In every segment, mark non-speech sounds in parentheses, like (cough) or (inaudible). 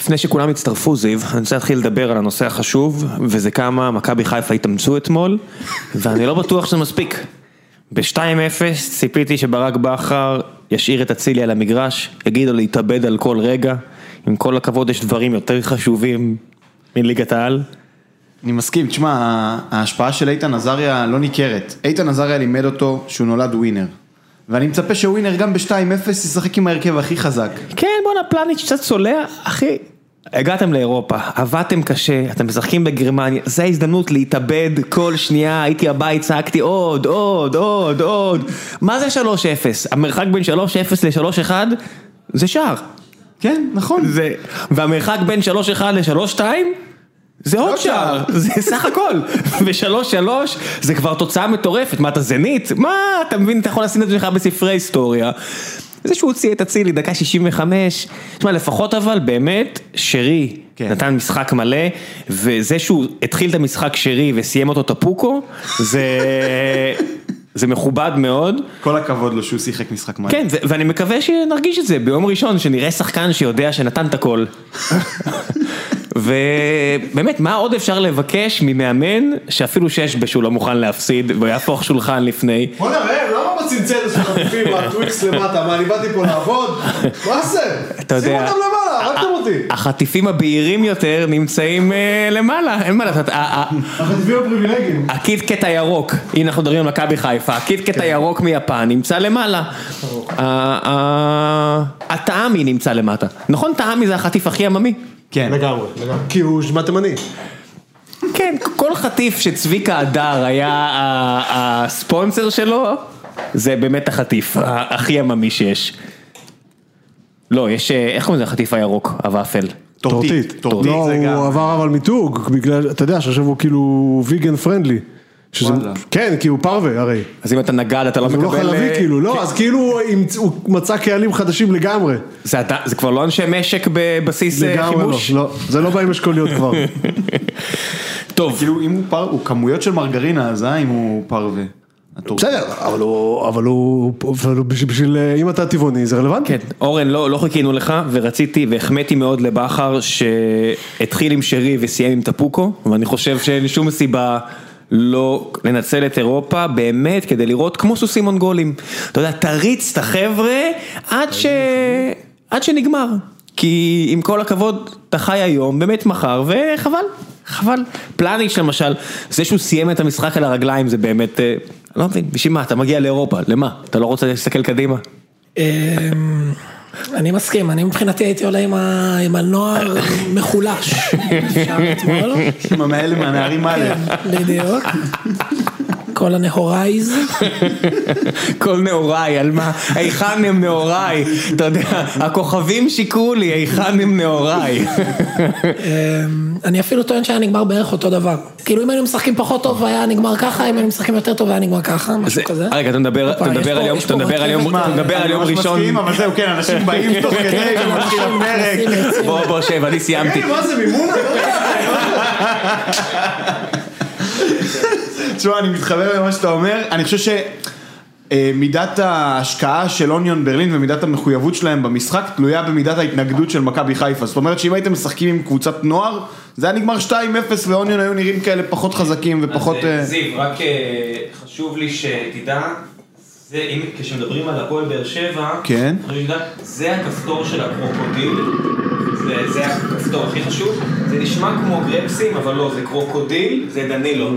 לפני שכולם יצטרפו זיו, אני רוצה להתחיל לדבר על הנושא החשוב, וזה כמה מכבי חיפה התאמצו אתמול, (laughs) ואני לא בטוח שזה מספיק. ב-2-0 ציפיתי שברק בכר ישאיר את אצילי על המגרש, יגיד לו להתאבד על כל רגע, עם כל הכבוד יש דברים יותר חשובים מליגת העל. אני מסכים, תשמע, ההשפעה של איתן עזריה לא ניכרת. איתן עזריה לימד אותו שהוא נולד ווינר. ואני מצפה שווינר גם ב-2-0 ישחק עם ההרכב הכי חזק. כן, בואנה, פלניץ' קצת צולע, אחי. הגעתם לאירופה, עבדתם קשה, אתם משחקים בגרמניה, זו ההזדמנות להתאבד כל שנייה, הייתי הבית, צעקתי עוד, עוד, עוד, עוד. מה זה 3-0? המרחק בין 3-0 ל-3-1 זה שער. כן, נכון. זה... והמרחק בין 3-1 ל-3-2 זה לא עוד שער, (laughs) זה סך הכל, ו-3-3 זה כבר תוצאה מטורפת, מה אתה זנית? מה, אתה מבין, אתה יכול לשים את עצמך בספרי היסטוריה. זה שהוא הוציא את אצילי דקה 65, תשמע לפחות אבל באמת, שרי כן. נתן משחק מלא, וזה שהוא התחיל את המשחק שרי וסיים אותו טפוקו, זה... (laughs) זה מכובד מאוד, כל הכבוד לו שהוא שיחק משחק מלא. כן, ו- ואני מקווה שנרגיש את זה ביום ראשון, שנראה שחקן שיודע שנתן (laughs) את הכל. ובאמת, מה עוד אפשר לבקש ממאמן שאפילו שש בשו לא מוכן להפסיד ויהפוך שולחן לפני? בוא נראה, למה בצנצנת של החטופים (laughs) והטוויקס למטה? מה, אני באתי פה לעבוד? (laughs) מה זה? אתה יודע- שימו אותם למעלה, הרגתם אותי. החטיפים הבהירים יותר נמצאים אה, למעלה, אין מה לעשות. ה- ה- החטופים הפריבילגיים. הקיטקט הירוק, הנה אנחנו מדברים על מכבי חיפה, הקיטקט כן. הירוק מיפן נמצא למעלה. ה- ה- הטעמי נמצא למטה. נכון, טעמי זה החטיף הכי עממי? כן. לגמרי, לגמרי. כי הוא שמע תימני. כן, כל חטיף שצביקה הדר היה ה- הספונסר שלו, זה באמת החטיף ה- הכי עממי שיש. לא, יש, אה, איך קוראים לזה החטיף הירוק, הוואפל? טורטית. טורטית לא, זה הוא גם. עבר אבל מיתוג, בגלל, אתה יודע, שעכשיו הוא כאילו ויגן פרנדלי. שזה- וואלה. כן, כי הוא פרווה הרי. אז אם אתה נגד אתה לא הוא מקבל... לא חלבי אה, כאילו, לא, אז כאילו הוא המצ- הוא מצא קהלים חדשים לגמרי. זה, אתה- זה כבר לא אנשי משק בבסיס אה, לגמרי לא, חימוש? לא, זה לא בא עם אשכוליות כבר. טוב, כאילו אם הוא פר... הוא כמויות של מרגרינה, אז אה אם הוא פרווה. הטורטית. בסדר, אבל הוא, אבל הוא, אבל הוא בשביל- בשביל, אה, אם אתה טבעוני זה רלוונטי. כן, אורן, לא, לא חיכינו לך, ורציתי והחמאתי מאוד לבכר שהתחיל עם שרי וסיים עם טפוקו, ואני חושב שאין שום סיבה לא לנצל את אירופה באמת כדי לראות כמו סוסים מונגולים. אתה יודע, תריץ את החבר'ה עד, ש... עד שנגמר. כי עם כל הכבוד, אתה חי היום, באמת מחר, וחבל, חבל. פלניץ' למשל, זה שהוא סיים את המשחק על הרגליים זה באמת, אה, לא מבין, בשביל מה, אתה מגיע לאירופה, למה? אתה לא רוצה להסתכל קדימה? אמ, אני מסכים, אני מבחינתי הייתי עולה עם ה- עם הנוער מחולש. אפשר אתמול. עם המאלה מהנערים האלה. בדיוק. כל הנהורייז. כל נעוריי, על מה, היכן הם נעוריי, אתה יודע, הכוכבים שיקרו לי, היכן הם נעוריי. אמ, אני אפילו טוען שהיה נגמר בערך אותו דבר. כאילו אם היינו משחקים פחות טוב היה נגמר ככה, אם היינו משחקים יותר טוב היה נגמר ככה, משהו כזה. רגע, אתה מדבר הופה, אתה יש מדבר פה- על יום, יש אתה פה מדבר על רכבת. יום, אתה מדבר על יום אני ממש ראשון, כן. מסכים, אבל זהו, כן, אנשים באים תוך כדי (laughs) ומתחיל הפרק. בוא בוא שב, אני סיימתי. מה זה, מימונה? לא תשמע, אני מתחבר למה שאתה אומר, אני חושב ש... אה, מידת ההשקעה של אוניון ברלין ומידת המחויבות שלהם במשחק תלויה במידת ההתנגדות של מכבי חיפה. זאת אומרת שאם הייתם משחקים עם קבוצת נוער, זה היה נגמר 2-0 ואוניון היו נראים כאלה פחות חזקים ופחות... אז, אה, אה, זיו, רק אה, חשוב לי שתדע, זה, אם, כשמדברים על הפועל באר שבע, כן. חשוב שתדע, זה הכפתור של הקרוקודיל, זה, זה הכפתור הכי חשוב, זה נשמע כמו גרפסים, אבל לא, זה קרוקודיל, זה דנילו.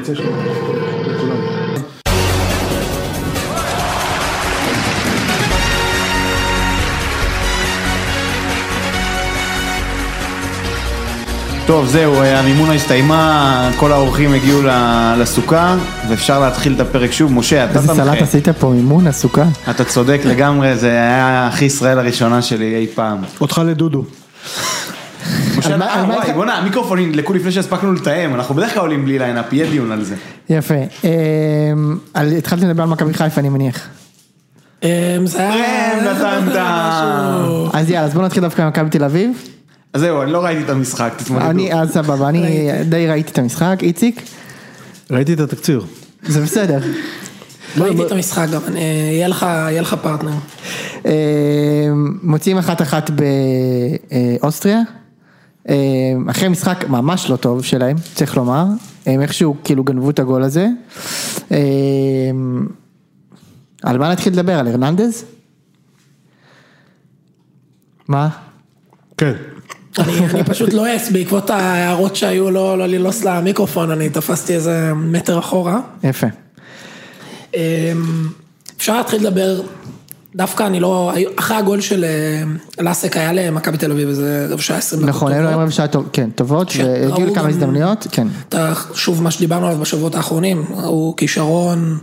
טוב, זהו, אה, המימונה הסתיימה, כל האורחים הגיעו ל- לסוכה, ואפשר להתחיל את הפרק שוב. משה, אתה איזה סלט תמחה. עשית פה, מימון, עסוקה. אתה צודק לגמרי, זה היה הכי ישראל הראשונה שלי אי (laughs) פעם. אותך לדודו. משה, על מה- אה, על מה וואי, התח- בוא'נה, המיקרופונים נדלקו לפני שהספקנו לתאם, אנחנו בדרך כלל עולים בלי ליינאפ, יהיה דיון על זה. יפה. אמ, על- התחלתי לדבר על מכבי חיפה, אני מניח. אמ, זה היה... ראם, נתן את ה- משהו. אז יאללה, אז בואו נתחיל דווקא עם מכבי תל אביב. אז זהו, אני לא ראיתי את המשחק, תתמודדו. אני, אז סבבה, אני די ראיתי את המשחק, איציק, ראיתי את התקציר. זה בסדר. לא, ראיתי את המשחק גם, אני- יהיה לך- יהיה לך פרטנר. אה, אמ, מוציאים אחת אחת באוסטריה, אה, אחרי משחק ממש לא טוב שלהם, צריך לומר, הם איכשהו כאילו גנבו את הגול הזה. אה, על מה להתחיל לדבר? על הרננדז? מה? כן. אני אני פשוט לועס, בעקבות ההערות שהיו לא לא ללעוס למיקרופון, אני תפסתי איזה מטר אחורה. יפה. אמ, אפשר להתחיל לדבר, דווקא אני לא, היו- אחרי הגול של אמ, לאסק היה למכבי תל אביב איזה רבע שעה עשרים דקות לא? נכון, היו טובות. להם רבע שעה טוב, כן, טובות, כן, והגיעו ראו לכמה גם- הזדמנויות, כן. אתה, שוב, מה שדיברנו עליו בשבועות האחרונים, הוא כישרון,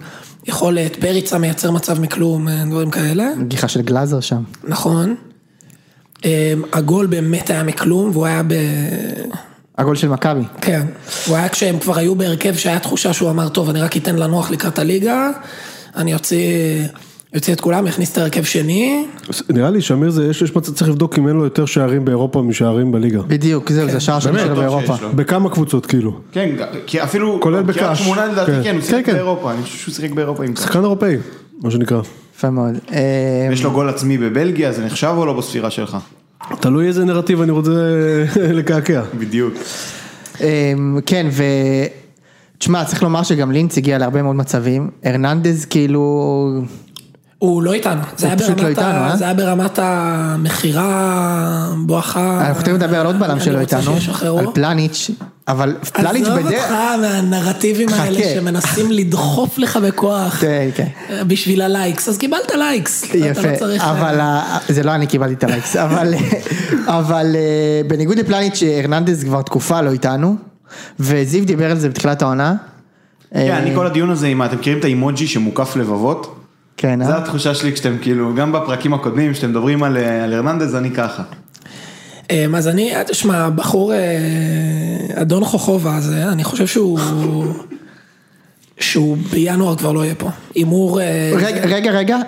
יכולת, פריצה מייצר מצב מכלום, אה, דברים כאלה. גיחה של גלאזר שם. נכון. אמ, הגול באמת היה מכלום, והוא היה ב... הגול של מכבי. כן. הוא היה כשהם כבר היו בהרכב שהיה תחושה שהוא אמר, טוב, אני רק אתן לנוח לקראת הליגה, אני אוציא, אוציא את כולם, אכניס את ההרכב שני. נראה לי שמיר זה, יש, יש מצב, צריך לבדוק אם אין לו יותר שערים באירופה משערים בליגה. בדיוק, כן. זהו, זה השער שלו באמת, שלו טוב שיש באירופה. לו. בכמה קבוצות כאילו. כן, כי אפילו... כולל קריית בקאש. שמונה לדעתי, כן. כן, הוא כן, שיחק כן. באירופה, אני חושב שהוא שיחק באירופה עם קאש. שחקן אירופאי, מה שנקרא. יפה מאוד. אה, יש לו גול עצמי בבלגיה, זה נחשב או לא בספירה שלך? תלוי איזה נרטיב אני רוצה (laughs) לקעקע. בדיוק. אמ, כן, ו... תשמע, צריך לומר שגם לינץ הגיע להרבה מאוד מצבים. הרננדז כאילו... הוא לא איתנו, זה הוא היה פשוט ברמת, לא איתנו, ה... אה? זה היה ברמת המכירה, בואכה. אנחנו תכף נדבר על עוד בלם אני שלא רוצה איתנו, שישחררו. על פלניץ', אבל פלניץ' עזוב בדרך... אותך מהנרטיבים חכה. האלה שמנסים לדחוף לך בכוח כן, כן. בשביל הלייקס, אז קיבלת לייקס. אתה יפה, לא צריך- אבל ה- זה לא אני קיבלתי את הלייקס, (laughs) אבל- אבל אה, בניגוד לפלניץ', הרננדז כבר תקופה לא איתנו, וזיו דיבר על זה בתחילת העונה. אה, כן, אני כל הדיון הזה עם ה... אתם מכירים את האימוג'י שמוקף לבבות? כן, זו אה? התחושה שלי כשאתם כאילו, גם בפרקים הקודמים, כשאתם מדברים על אה, על הרננדז, אני ככה. אמ, אז אני, תשמע, הבחור, אה, אדון חוכובה הזה, אני חושב שהוא... שהוא בינואר כבר לא יהיה פה. הימור... אה, רגע, רגע, רגע,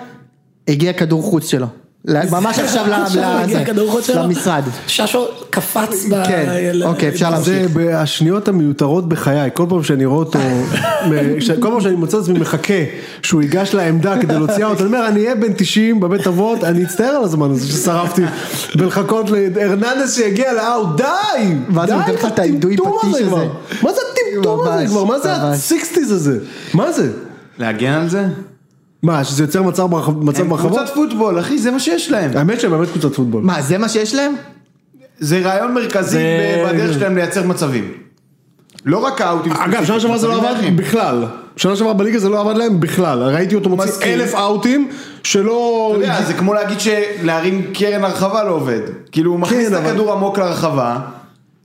הגיע כדור חוץ שלו. (laughs) ל- ממש עכשיו ל- עכשיו לזה, הגיע הכדור חוץ שלו. למשרד. ששו קפץ ב... אה, כן, ל- אוקיי, אפשר להמשיך. זה בשניות המיותרות בחיי, כל פעם שאני רואה (laughs) אותו, מ- ש- כל פעם שאני מוצא את עצמי מחכה שהוא ייגש לעמדה כדי להוציא אותו, אני אומר, אני אהיה בן 90 בבית אבות, אני אצטער על הזמן הזה ששרפתי בלחכות להרננדס שיגיע לאאוט, די! ואז הוא די נותן לך עם את העידוי הטמטום פטיש הזה הזה. כבר. מה זה הטמטום הזה ממש, כבר? מה זה ממש. ה-60's הזה? מה זה? להגן על זה? מה, שזה יוצר מצב ברחב- מצב הם ברחבות? קבוצת פוטבול, אחי, זה מה שיש להם. האמת שהם באמת קבוצת פוטבול. מה, זה מה שיש להם? זה רעיון מרכזי זה- בדרך שלהם לייצר מצבים. לא רק האאוטים. אגב, שנה שעברה זה לא מצבים עבד אחרים. בכלל. שנה שעברה בליגה זה לא עבד להם בכלל. ראיתי אותו מוציא מסכים. אלף אאוטים שלא... אתה יודע, זה כמו להגיד שלהרים קרן הרחבה לא עובד. כאילו הוא מכניס כן, את אבל- הכדור עמוק לרחבה,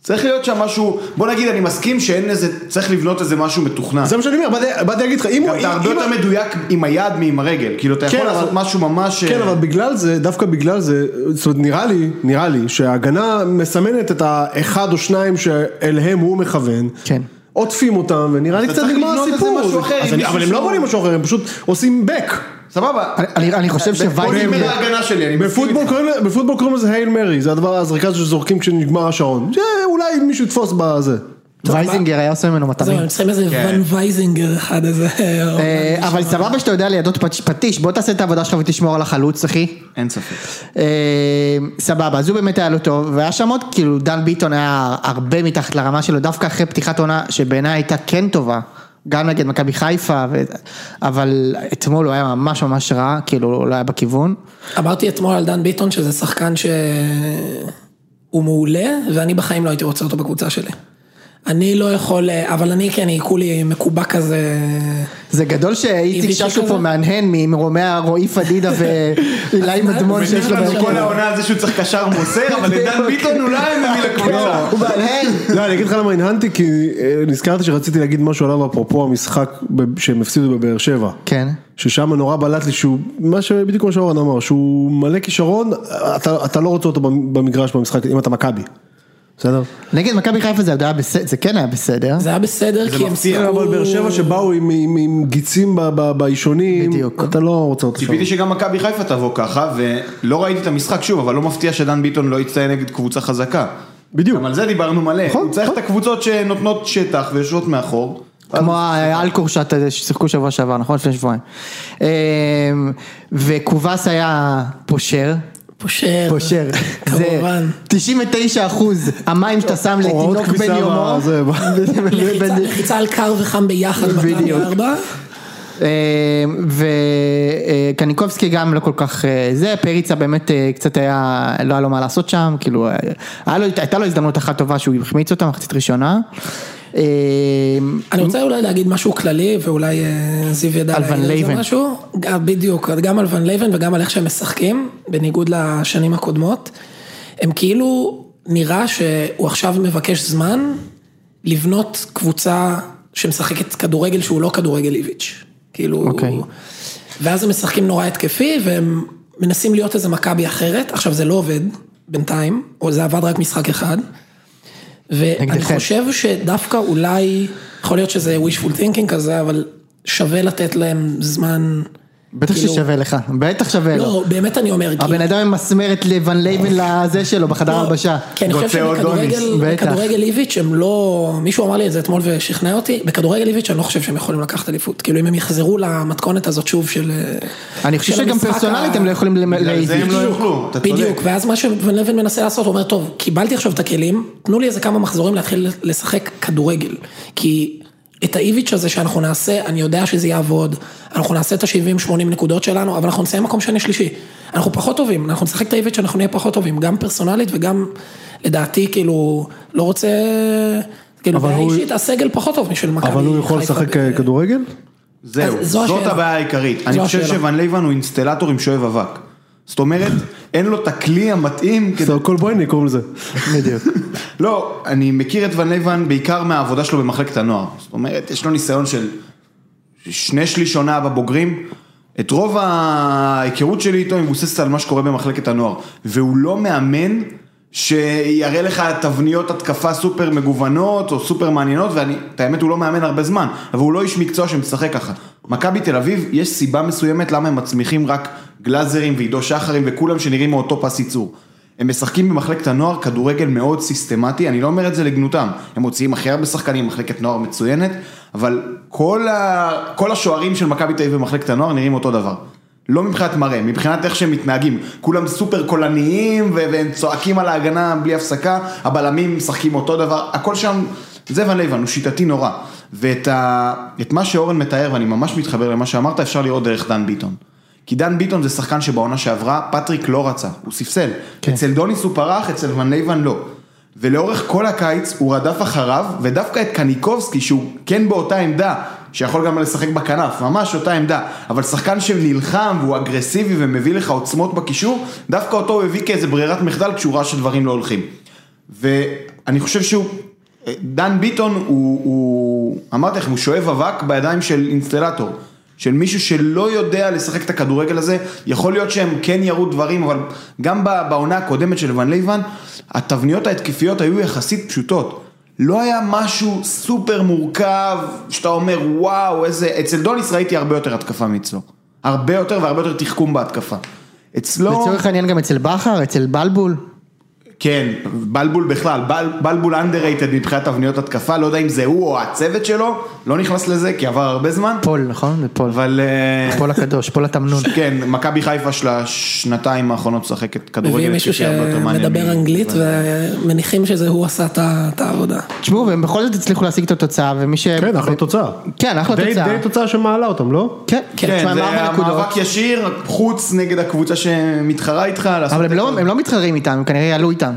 צריך להיות שם משהו, בוא נגיד אני מסכים שאין איזה, צריך לבנות איזה משהו מתוכנן. זה מה שאני אומר, באתי- באתי להגיד לך, אם הוא... גם אתה הרבה אם- יותר אם- מדויק עם היד מעם הרגל, כאילו אתה יכול כן, לעשות אבל- משהו ממש... כן, אה, אבל בגלל זה, דווקא בגלל זה, זאת אומרת, נראה לי, נראה לי, שההגנה מסמנת את האחד או שניים שאליהם הוא מכוון. כן. עוטפים אותם, ונראה לי אתה קצת צריך נגמר לבנות איזה הסיפור. משהו זה- אחר, אז עם אני- מישהו אבל הם לא שהוא- בונים משהו אחר, הם פשוט עושים back. סבבה. אני- אני- אני חושב שוויידינג... פונים אל ההגנה שלי, אני מסכים בפוטבול איתך. קוראים, לזה- בפוטבול קוראים לזה הייל מרי, זה הדבר, הזריקה שזורקים כשנגמר השעון. שאולי מישהו יתפוס בזה. וייזינגר היה עושה ממנו זהו, מטעמים. הם צריכים איזה כן. ון וייזינגר אחד, איזה... אה, אבל סבבה שאתה יודע לידות פט- פטיש, בוא תעשה את העבודה שלך ותשמור על החלוץ, אחי. אין ספק. אה, סבבה, אז הוא באמת היה לו טוב, והיה שם עוד, כאילו, דן ביטון היה הרבה מתחת לרמה שלו, דווקא אחרי פתיחת עונה שבעיניי הייתה כן טובה, גם נגד מכבי חיפה, ו... אבל אתמול הוא היה ממש ממש רע, כאילו, הוא לא היה בכיוון. אמרתי אתמול על דן ביטון שזה שחקן שהוא מעולה, ואני בחיים לא הייתי רוצה אותו בקבוצה שלי. אני לא יכול, אבל אני כן, אני כולי מקובע כזה. זה גדול שאיציק איביץ' ששו כזה? פה מהנהן ממרומי הרועי (laughs) פדידה ואילי אז מה- מדמון יש שיש יש לו לנו כל בהרכב. העונה על זה שהוא צריך קשר (laughs) מוסר, אבל כן. לדן ביטון אולי הם מביא לקבוצה. הוא מהנהן. לא, אני אגיד לך למה הנהנתי, כי אה, נזכרתי שרציתי להגיד משהו עליו אפרופו המשחק ב- שהם הפסידו בבאר שבע. כן. ששם נורא בלט לי שהוא, מה ש... בדיוק מה שאורן אמר, שהוא מלא כישרון, אתה, אתה לא רוצה אותו במ- במגרש במשחק, אם אתה מכבי. בסדר? נגד מכבי חיפה זה עוד היה בסדר, זה כן היה בסדר. זה היה בסדר, כי הם מפתיע, שיחקו- אבל באר שבע שבאו עם, עם, עם גיצים ב- ב- באישונים, בדיוק. אתה לא רוצה אותו שם. ציפיתי שגם מכבי חיפה תבוא ככה, ולא ראיתי את המשחק שוב, אבל לא מפתיע שדן ביטון לא יצטיין נגד קבוצה חזקה. בדיוק. גם על זה דיברנו מלא. נכון, הוא צריך את נכון. הקבוצות שנותנות שטח ויושבות מאחור. כמו האלקור שאתה- ששיחקו שבוע שעבר, נכון? לפני שבועיים. אמ, וקובאס היה פושר. פושר. פושר. זה (laughs) כמובן. 99 אחוז המים שאתה שם הוראות לתינוק כביסה בן יומו. ב- (laughs) זה, ב- לחיצה- לחיצה על קר וחם ביחד בדיוק. בטעם ארבע. אמ, וקניקובסקי גם לא כל כך אה, זה, פריצה באמת אה, קצת היה, לא היה לו מה לעשות שם, כאילו, אה, היה לו, הייתה לו הזדמנות אחת טובה שהוא החמיץ אותה מחצית ראשונה. אה, אני רוצה אולי להגיד משהו כללי, ואולי אה, זיו ידע על ון להגיד לייבן. משהו. גם- בדיוק, גם על ון לייבן וגם על איך שהם משחקים, בניגוד לשנים הקודמות. הם כאילו, נראה שהוא עכשיו מבקש זמן לבנות קבוצה שמשחקת כדורגל שהוא לא כדורגל איביץ'. כאילו, אוקיי. ואז הם משחקים נורא התקפי, והם מנסים להיות איזה מכבי אחרת. עכשיו, זה לא עובד בינתיים, או זה עבד רק משחק אחד. ואני נגדכם. חושב שדווקא אולי, יכול להיות שזה wishful thinking כזה, אבל שווה לתת להם זמן. בטח כאילו- ששווה לך, בטח שווה לו. לא, באמת אני אומר, כי- הבן אדם ממסמר את ון לייבן לזה שלו בחדר לא, הלבשה. כי אני חושב רוצה עוד שבכדורגל אוניס, בטח. בכדורגל איביץ' הם לא, מישהו אמר לי את זה אתמול ושכנע אותי, בכדורגל איביץ' אני לא חושב שהם יכולים לקחת אליפות, כאילו אם הם יחזרו למתכונת הזאת שוב של... אני חושב של שגם המשחק פרסונלית ה- הם לא יכולים למ- בגלל זה להעיד. הם לא יוכלו, אתה צודק. בדיוק, ואז מה שוון לבן מנסה לעשות, הוא אומר, טוב, קיבלתי עכשיו את הכלים, תנו לי איזה כמה מחזורים להתחיל לשחק כדורגל. כי את האיביץ' הזה שאנחנו נעשה, אני יודע שזה יעבוד, אנחנו נעשה את ה-70-80 נקודות שלנו, אבל אנחנו נסיים מקום שני שלישי. אנחנו פחות טובים, אנחנו נשחק את האיביץ', אנחנו נהיה פחות טובים, גם פרסונלית וגם, לדעתי, כאילו, לא רוצה... כאילו, אבל בעיה הוא- אישית, הסגל פחות טוב משל מכבי אבל הוא יכול חיפה לשחק ב- אה, כדורגל? זהו, אז זו זאת השאלה. הבעיה העיקרית. אני חושב השאלה. שוון לייבן הוא אינסטלטור עם שואב אבק. זאת אומרת, אין לו את הכלי המתאים כדי... זה הכל בויני קוראים לזה. בדיוק. לא, אני מכיר את ון לייבן בעיקר מהעבודה שלו במחלקת הנוער. זאת אומרת, יש לו ניסיון של שני שליש עונה בבוגרים. את רוב ההיכרות שלי איתו היא מבוססת על מה שקורה במחלקת הנוער. והוא לא מאמן שיראה לך תבניות התקפה סופר מגוונות או סופר מעניינות, ואת האמת הוא לא מאמן הרבה זמן, אבל הוא לא איש מקצוע שמשחק ככה. מכבי תל אביב, יש סיבה מסוימת למה הם מצמיחים רק גלאזרים ועידו שחרים וכולם שנראים מאותו פס ייצור. הם משחקים במחלקת הנוער כדורגל מאוד סיסטמטי, אני לא אומר את זה לגנותם, הם מוציאים הכי הרבה שחקנים, מחלקת נוער מצוינת, אבל כל, ה... כל השוערים של מכבי תל אביב במחלקת הנוער נראים אותו דבר. לא מבחינת מראה, מבחינת איך שהם מתנהגים, כולם סופר קולניים ו- והם צועקים על ההגנה בלי הפסקה, הבלמים משחקים אותו דבר, הכל שם, זה ון לייבן, הוא שיטתי נורא. ואת ה... את מה שאורן מתאר, ואני ממש מתחבר למה שאמרת, אפשר לראות דרך דן ביטון. כי דן ביטון זה שחקן שבעונה שעברה, פטריק לא רצה, הוא ספסל. כן. אצל דוניס הוא פרח, אצל ון לייבן לא. ולאורך כל הקיץ הוא רדף אחריו, ודווקא את קניקובסקי, שהוא כן באותה עמדה, שיכול גם לשחק בכנף, ממש אותה עמדה, אבל שחקן שנלחם והוא אגרסיבי ומביא לך עוצמות בקישור, דווקא אותו הוא הביא כאיזה ברירת מחדל כשהוא ראה שדברים לא הולכים. ואני חושב שהוא, דן ביטון הוא, הוא אמרתי לכם, הוא שואב אבק בידיים של אינסטלטור. של מישהו שלא יודע לשחק את הכדורגל הזה, יכול להיות שהם כן יראו דברים, אבל גם ב- בעונה הקודמת של ון לייבן, התבניות ההתקפיות היו יחסית פשוטות. לא היה משהו סופר מורכב, שאתה אומר וואו איזה, אצל דוניס ראיתי הרבה יותר התקפה מאצלו. הרבה יותר והרבה יותר תחכום בהתקפה. אצלו... לצורך העניין גם אצל בכר, אצל בלבול. כן, בלבול בכלל, בל, בלבול underrated מבחינת תבניות התקפה, לא יודע אם זה הוא או הצוות שלו, לא נכנס לזה כי עבר הרבה זמן, פול, נכון? זה פול. אבל אה, פול הקדוש, פול התמנון. כן, מכבי חיפה של השנתיים האחרונות משחקת מביאים כדורגל, מישהו התקפי הרבה יותר מעניין מ- שמדבר אנגלית ומניחים שזה הוא עשה את ה- את העבודה. תשמעו, והם בכל זאת הצליחו להשיג את התוצאה, ומי ש... כן, אחלה תוצאה. כן, אחלה די- תוצאה. די תוצאה שמעלה אותם, לא? כן, כן, כן, תשמע, הם זה ארבע היה נקודות. מאבק ישיר, חוץ נגד הקבוצה שמתחרה איתך, לעשות אבל הם תיקו. לא- הם לא מתחרים איתם, הם כנראה יעלו איתם.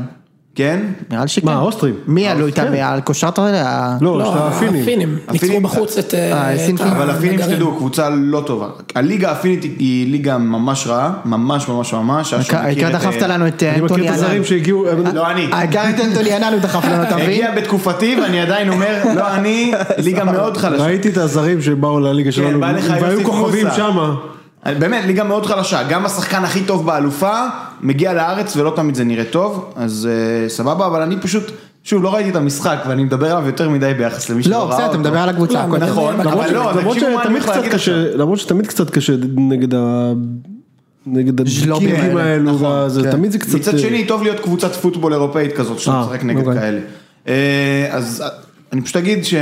כן? נראה לי שכן. מה, האוסטרים? אה, כן. מי יעלו האוסטרים? איתם? על אה, קושרת? ה- לא, יש לא, את הפינים. הפינים, ניצחו הפינים- בחוץ את... אה, את סינפין. אבל הפינים הנגרים. שתדעו, קבוצה לא טובה. הליגה הפינית היא- היא ליגה ממש רעה, ממש ממש ממש. הכ- אשר מכיר העיקר את, דחפת אה, לנו את אה, אני מכיר אנטוני את ענן. הזרים שהגיעו, הם- לא אני. העיקר את אנטוני ענן הוא דחף (laughs) לנו, אתה מבין? הגיע בתקופתי ואני עדיין (laughs) אומר, לא אני, ליגה מאוד חלשה. כן, ראיתי את הזרים שבאו לליגה שלנו, בא לך יוסי והיו כוכבים מוסה. שמה. באמת, ליגה מאוד חלשה. גם השחקן הכי טוב באלופה, מגיע לארץ ולא תמיד זה נראה טוב, אז אה, סבבה, אבל אני פשוט, שוב, לא ראיתי את המשחק ואני מדבר עליו יותר מדי ביחס למי שלא ראה לא, אותו. בסדר, אתה מדבר על הקבוצה לא, הקודמת. נכון, למרות אבל ש- לא, למרות תקשיבו מה אני שתמיד הולך קצת להגיד עכשיו. קשה, למרות שתמיד קצת קשה נגד ה... נגד ז'לובים הקינגים האלה, האלו, וזה- כן. תמיד זה קצת... נכון, מצד שני, טוב להיות קבוצת פוטבול אירופאית כזאת, שאתה אה, משחק נגד אוקיי. כאלה. אה, אז אה, אני פשוט אגיד ש...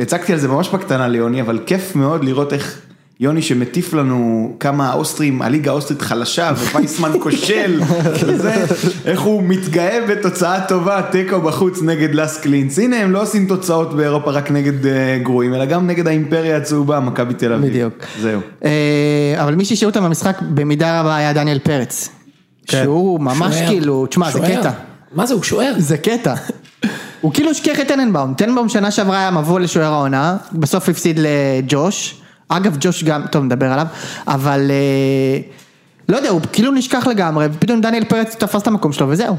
הצגתי על זה ממש בקטנה ליוני, אבל כיף מאוד לראות איך יוני שמטיף לנו כמה האוסטרים, הליגה האוסטרית חלשה ווייסמן כושל, וזה, איך הוא מתגאה בתוצאה טובה, תיקו בחוץ נגד לס קלינס. הנה הם לא עושים תוצאות באירופה רק נגד אה, גרועים, אלא גם נגד האימפריה הצהובה, מכבי תל אביב. בדיוק. זהו. אה, אבל מי שהשאיר אותם במשחק במידה רבה היה דניאל פרץ. שהוא ממש שוער. כאילו, תשמע, זה שוער. קטע. מה זה, הוא שוער? זה קטע. הוא כאילו השכיח את טננבאום, טננבאום שנה שעברה היה מבוא לשוער העונה, בסוף הפסיד לג'וש, אגב ג'וש גם, טוב נדבר עליו, אבל אה, לא יודע, הוא כאילו נשכח לגמרי, ופתאום דניאל פרץ תפס את המקום שלו וזהו.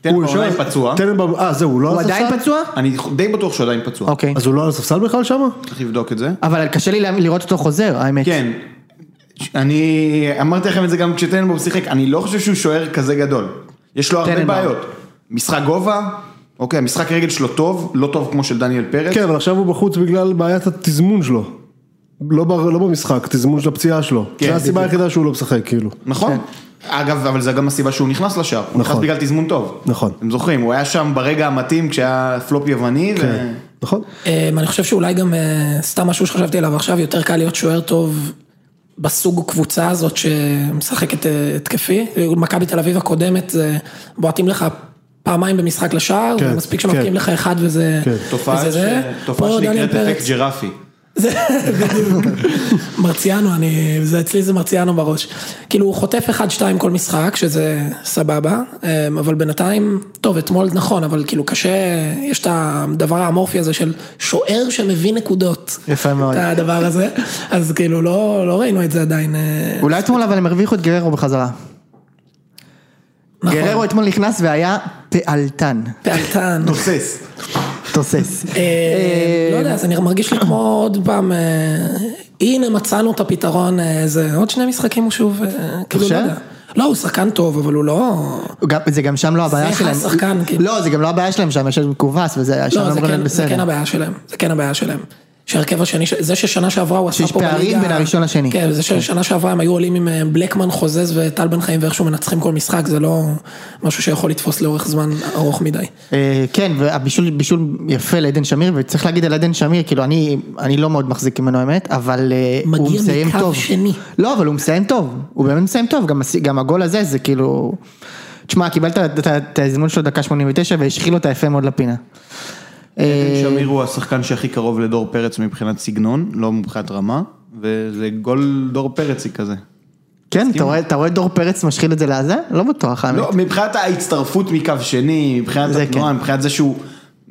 תן הוא לו יושב- עדיין פצוע. טננבאום, אה זהו, הוא לא על הוא עדיין הספסל? פצוע? אני די בטוח שהוא עדיין פצוע. אוקיי. אז הוא לא על הספסל בכלל שמה? צריך לבדוק את זה. אבל קשה לי לה- לראות אותו חוזר, האמת. כן. אני אמרתי לכם את זה גם כשטננבאום שיחק, אני לא חושב שהוא שוער כזה גדול. יש לו הרבה טננבאום. בעיות. משחק גובה, אוקיי, משחק רגל שלו טוב, לא טוב כמו של דניאל פרץ. כן, אבל עכשיו הוא בחוץ בגלל בעיית התזמון שלו. לא ב- לא במשחק, תזמון של הפציעה שלו. כן, זו הסיבה בדיוק. היחידה שהוא לא משחק, כאילו. נכון. אגב, אבל זה גם הסיבה שהוא נכנס לשער. הוא נכנס נכון. בגלל תזמון טוב. נכון. אתם זוכרים, הוא היה שם ברגע המתאים כשהיה פלופ יווני, ו... נכון? אמ, אני חושב שאולי גם אה, סתם משהו שחשבתי עליו עכשיו, יותר קל להיות שוער טוב בסוג קבוצה הזאת שמשחקת אה, התקפי. מכבי תל אביב הקודמת, זה בועטים לך פעמיים במשחק לשער, כן, ומספיק שמבקיעים כן. לך אחד וזה... כן. תופעה וזה ש- זה. תופעה פה דניאל שנקראת אפקט פרץ. ג'רפי. זה, בדיוק. מרציאנו, אני, זה אצלי זה מרציאנו בראש. כאילו הוא חוטף 1-2 כל משחק, שזה סבבה, אמ, אבל בינתיים, טוב, אתמול נכון, אבל כאילו קשה, יש את הדבר האמורפי הזה של שוער שמביא נקודות. יפה מאוד. את הדבר הזה, אז כאילו לא, לא ראינו את זה עדיין. אה, אולי אתמול אבל הם הרוויחו את גררו בחזרה. נכון. גררו אתמול נכנס והיה פעלתן, פעלתן. תוסס. תוסס. אה, לא יודע, זה נראה- מרגיש לי כמו עוד פעם, אה, הנה מצאנו את הפתרון, אה, זה עוד שני משחקים הוא שוב, אה, כאילו לא חושב? יודע. לא, הוא שחקן טוב, אבל הוא לא... גם- זה גם שם לא הבעיה זה שלהם. השחקן, כן. לא, זה גם לא הבעיה שלהם שם, יש להם כובס וזה, שם לא, זה אמורים כן- להיות זה כן בסדר. הבעיה שלהם, זה כן הבעיה שלהם. שהרכב השני, ש- זה ששנה שעברה הוא עשה שיש פה בליגה... פערים בין הראשון לשני. כן, זה ששנה שעברה הם היו עולים עם אה, בלקמן חוזז וטל בן חיים ואיכשהו מנצחים כל משחק, זה לא משהו שיכול לתפוס לאורך זמן ארוך מדי. אה, כן, והבישול בישול יפה לעדן שמיר, וצריך להגיד על עדן שמיר, כאילו אני, אני לא מאוד מחזיק ממנו האמת, אבל אה, הוא מגיע מסיים מקו טוב. שני. לא, לא, אבל הוא מסיים טוב, הוא באמת מסיים טוב, גם, הס- גם הגול הזה זה כאילו... תשמע, קיבלת את- את- את ההזדמנות שלו דקה 89 והשחיל אותה יפה מאוד לפינה. אה, שמיר הוא כן, השחקן שהכי קרוב לדור פרץ מבחינת סגנון, לא מבחינת רמה, וזה גול דור פרצי כזה. כן, אתה רואה- אתה רואה דור פרץ משחיל את זה לזה? לא בטוח, האמת. לא, מבחינת ההצטרפות מקו שני, מבחינת זה התנועה, כן. מבחינת זה שהוא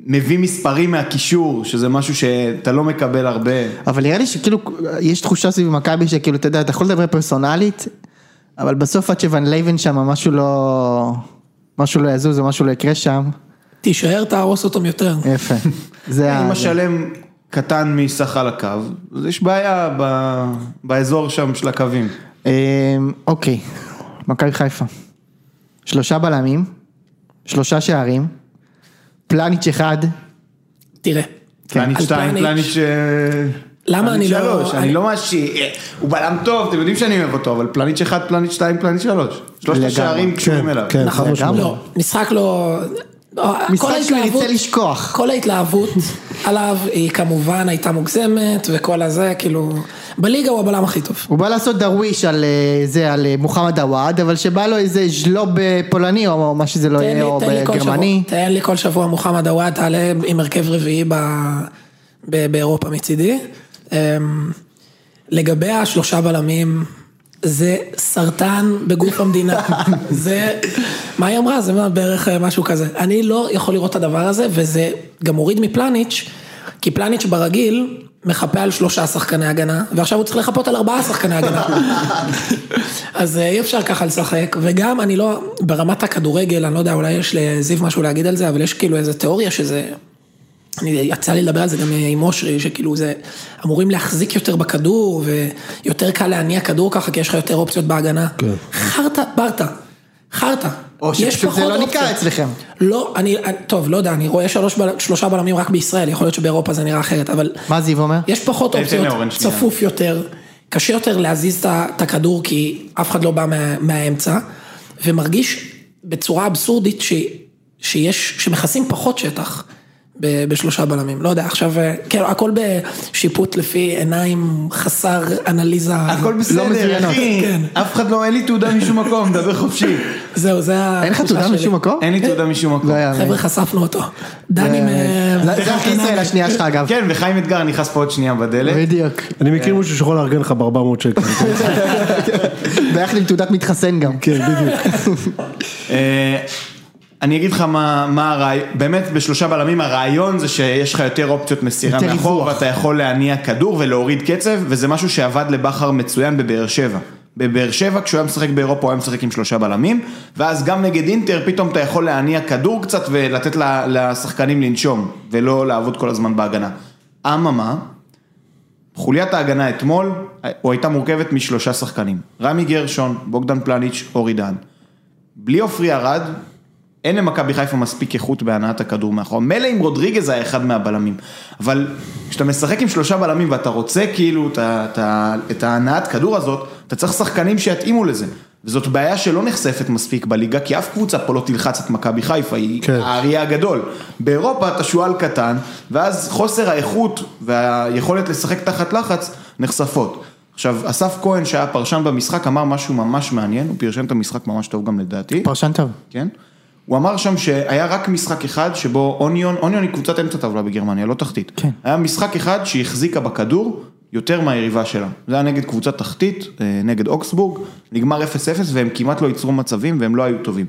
מביא מספרים מהקישור, שזה משהו שאתה לא מקבל הרבה. אבל נראה לי שכאילו, יש תחושה סביב מכבי שכאילו, אתה יודע, אתה יכול לדבר פרסונלית, אבל בסוף עד שוון לייבן שם משהו לא... משהו לא יזוז או משהו לא יקרה שם. תישאר, תהרוס אותם יותר. (laughs) יפה. זה ה... אם השלם קטן מסך על הקו, אז יש בעיה ב- באזור שם של הקווים. אמ, אוקיי, מכבי חיפה. שלושה בלמים, שלושה שערים, פלניץ' אחד, תראה. פלניץ' על 2, פלניץ'... אה, למה פלניץ' אני לא- שלוש, אני אני- לא מאשים, אה, הוא בלם טוב, אתם יודעים שאני אוהב אותו, אבל פלניץ' 1, פלניץ' 2, פלניץ' 3. שלושת לגמרי. השערים קשורים כן, אליו. כן, נכון, חד משמעית. לא, משחק לא... כל משחק ההתלהבות- שנרצה לשכוח. כל ההתלהבות עליו היא כמובן הייתה מוגזמת וכל הזה, כאילו, בליגה הוא הבלם הכי טוב. הוא בא לעשות דרוויש על אה, זה, על אה, מוחמד עוואד, אבל שבא לו איזה ז'לוב אה, פולני או מה שזה לא תן לי- יהיה, או תן לי כל בגרמני. שבוע- תן לי כל שבוע מוחמד עוואד תעלה עם הרכב רביעי ב, ב, באירופה מצידי. אמ, לגבי השלושה בלמים, זה סרטן בגוף (laughs) המדינה. זה, מה היא אמרה? זה מה- בערך אה, משהו כזה. אני לא יכול לראות את הדבר הזה, וזה גם מוריד מפלניץ', כי פלניץ' ברגיל מחפה על שלושה שחקני הגנה, ועכשיו הוא צריך לחפות על ארבעה שחקני הגנה. (laughs) אז אה, אי אפשר ככה לשחק, וגם אני לא, ברמת הכדורגל, אני לא יודע, אולי יש לזיו משהו להגיד על זה, אבל יש כאילו איזה תיאוריה שזה, אני, יצא לי לדבר על זה גם אה, עם אושרי, שכאילו זה אמורים להחזיק יותר בכדור, ויותר קל להניע כדור ככה, כי יש לך יותר אופציות בהגנה. כן. חרטא, ברטא, חרטא. או יש שפשוט זה פחות לא אופציות. ניכר אצלכם. לא, אני, אני- טוב, לא יודע, אני רואה שלוש, בל- שלושה בלמים רק בישראל, יכול להיות שבאירופה זה נראה אחרת, אבל... מה זיו אומר? יש פחות תן אופציות, לאורן שנייה. צפוף יותר, קשה יותר להזיז את ה- את הכדור כי אף אחד לא בא מה- מהאמצע, ומרגיש בצורה אבסורדית ש- שיש, שמכסים פחות שטח. ב- בשלושה בלמים, לא יודע, עכשיו, אה, כאילו, הכל בשיפוט לפי עיניים חסר אנליזה. לא הכל בסדר, מצוינות. אחי, כן. אף אחד לא, אין לי תעודה משום מקום, דבר חופשי. אה, זהו, זה התחושה שלי. אין לך תעודה משום מקום? אה, אין לי תעודה משום מקום. לא יאמן. חבר'ה, אה, חשפנו אותו. דני מ... זה אזרח ישראל השנייה שלך אגב. כן, וחיים אתגר נכנס פה עוד שנייה בדלת. בדיוק. אני אה. מכיר מישהו שיכול לארגן לך ב-400 שקל. (laughs) ביחד עם תעודת מתחסן גם. כן, בדיוק. אה, אני אגיד לך מה מה הרעיון, באמת בשלושה בלמים הרעיון זה שיש לך יותר אופציות מסירה יותר מאחור, ריווח. ואתה יכול להניע כדור ולהוריד קצב, וזה משהו שעבד לבכר מצוין בבאר שבע. בבאר שבע כשהוא היה משחק באירופה הוא היה משחק עם שלושה בלמים, ואז גם נגד אינטר פתאום אתה יכול להניע כדור קצת ולתת ל- לשחקנים לנשום, ולא לעבוד כל הזמן בהגנה. אממה, חוליית ההגנה אתמול, אה, הוא הייתה מורכבת משלושה שחקנים. רמי גרשון, בוגדן פלניץ', אורי דן. בלי עופרי ארד, אין למכבי חיפה מספיק איכות בהנעת הכדור מאחור. מילא אם רודריגז היה אחד מהבלמים, אבל כשאתה משחק עם שלושה בלמים ואתה רוצה כאילו את, ה- את, ה- את ההנעת כדור הזאת, אתה צריך שחקנים שיתאימו לזה. וזאת בעיה שלא נחשפת מספיק בליגה, כי אף קבוצה פה לא תלחץ את מכבי חיפה, היא כן. כן. האריה הגדול. באירופה אתה שועל קטן, ואז חוסר האיכות והיכולת לשחק תחת לחץ נחשפות. עכשיו, אסף כהן שהיה פרשן במשחק אמר משהו ממש מעניין, הוא פרשן את המשחק ממש טוב גם לדעתי. פרשן טוב. כן? הוא אמר שם שהיה רק משחק אחד שבו אוניון, אוניון היא קבוצת אמצע טבלה בגרמניה, לא תחתית. כן. היה משחק אחד שהחזיקה בכדור יותר מהיריבה שלה. זה היה נגד קבוצה תחתית, אה, נגד אוקסבורג, נגמר 0-0 והם כמעט לא ייצרו מצבים והם לא היו טובים.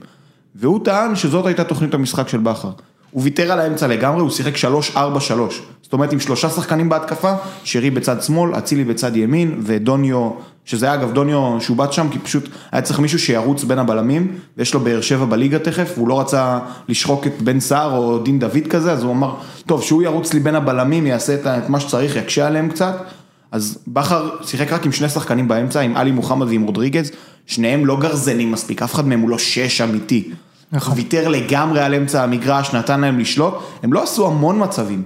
והוא טען שזאת הייתה תוכנית המשחק של בכר. הוא ויתר על האמצע לגמרי, הוא שיחק 3-4-3. זאת אומרת עם שלושה שחקנים בהתקפה, שרי בצד שמאל, אצילי בצד ימין ודוניו, שזה היה, אגב דוניו שובט שם כי פשוט היה צריך מישהו שירוץ בין הבלמים, ויש לו באר שבע בליגה תכף, והוא לא רצה לשחוק את בן סער או דין דוד כזה, אז הוא אמר, טוב שהוא ירוץ לי בין הבלמים, יעשה את ה- את מה שצריך, יקשה עליהם קצת, אז בכר שיחק רק עם שני שחקנים באמצע, עם עלי מוחמד ועם רודריגז, שניהם לא גרזנים מספיק, אף אחד מהם הוא לא שש אמיתי. נכון. ויתר לגמרי על אמצע המגרש, נתן להם לשלוט, הם לא עשו המון מצבים.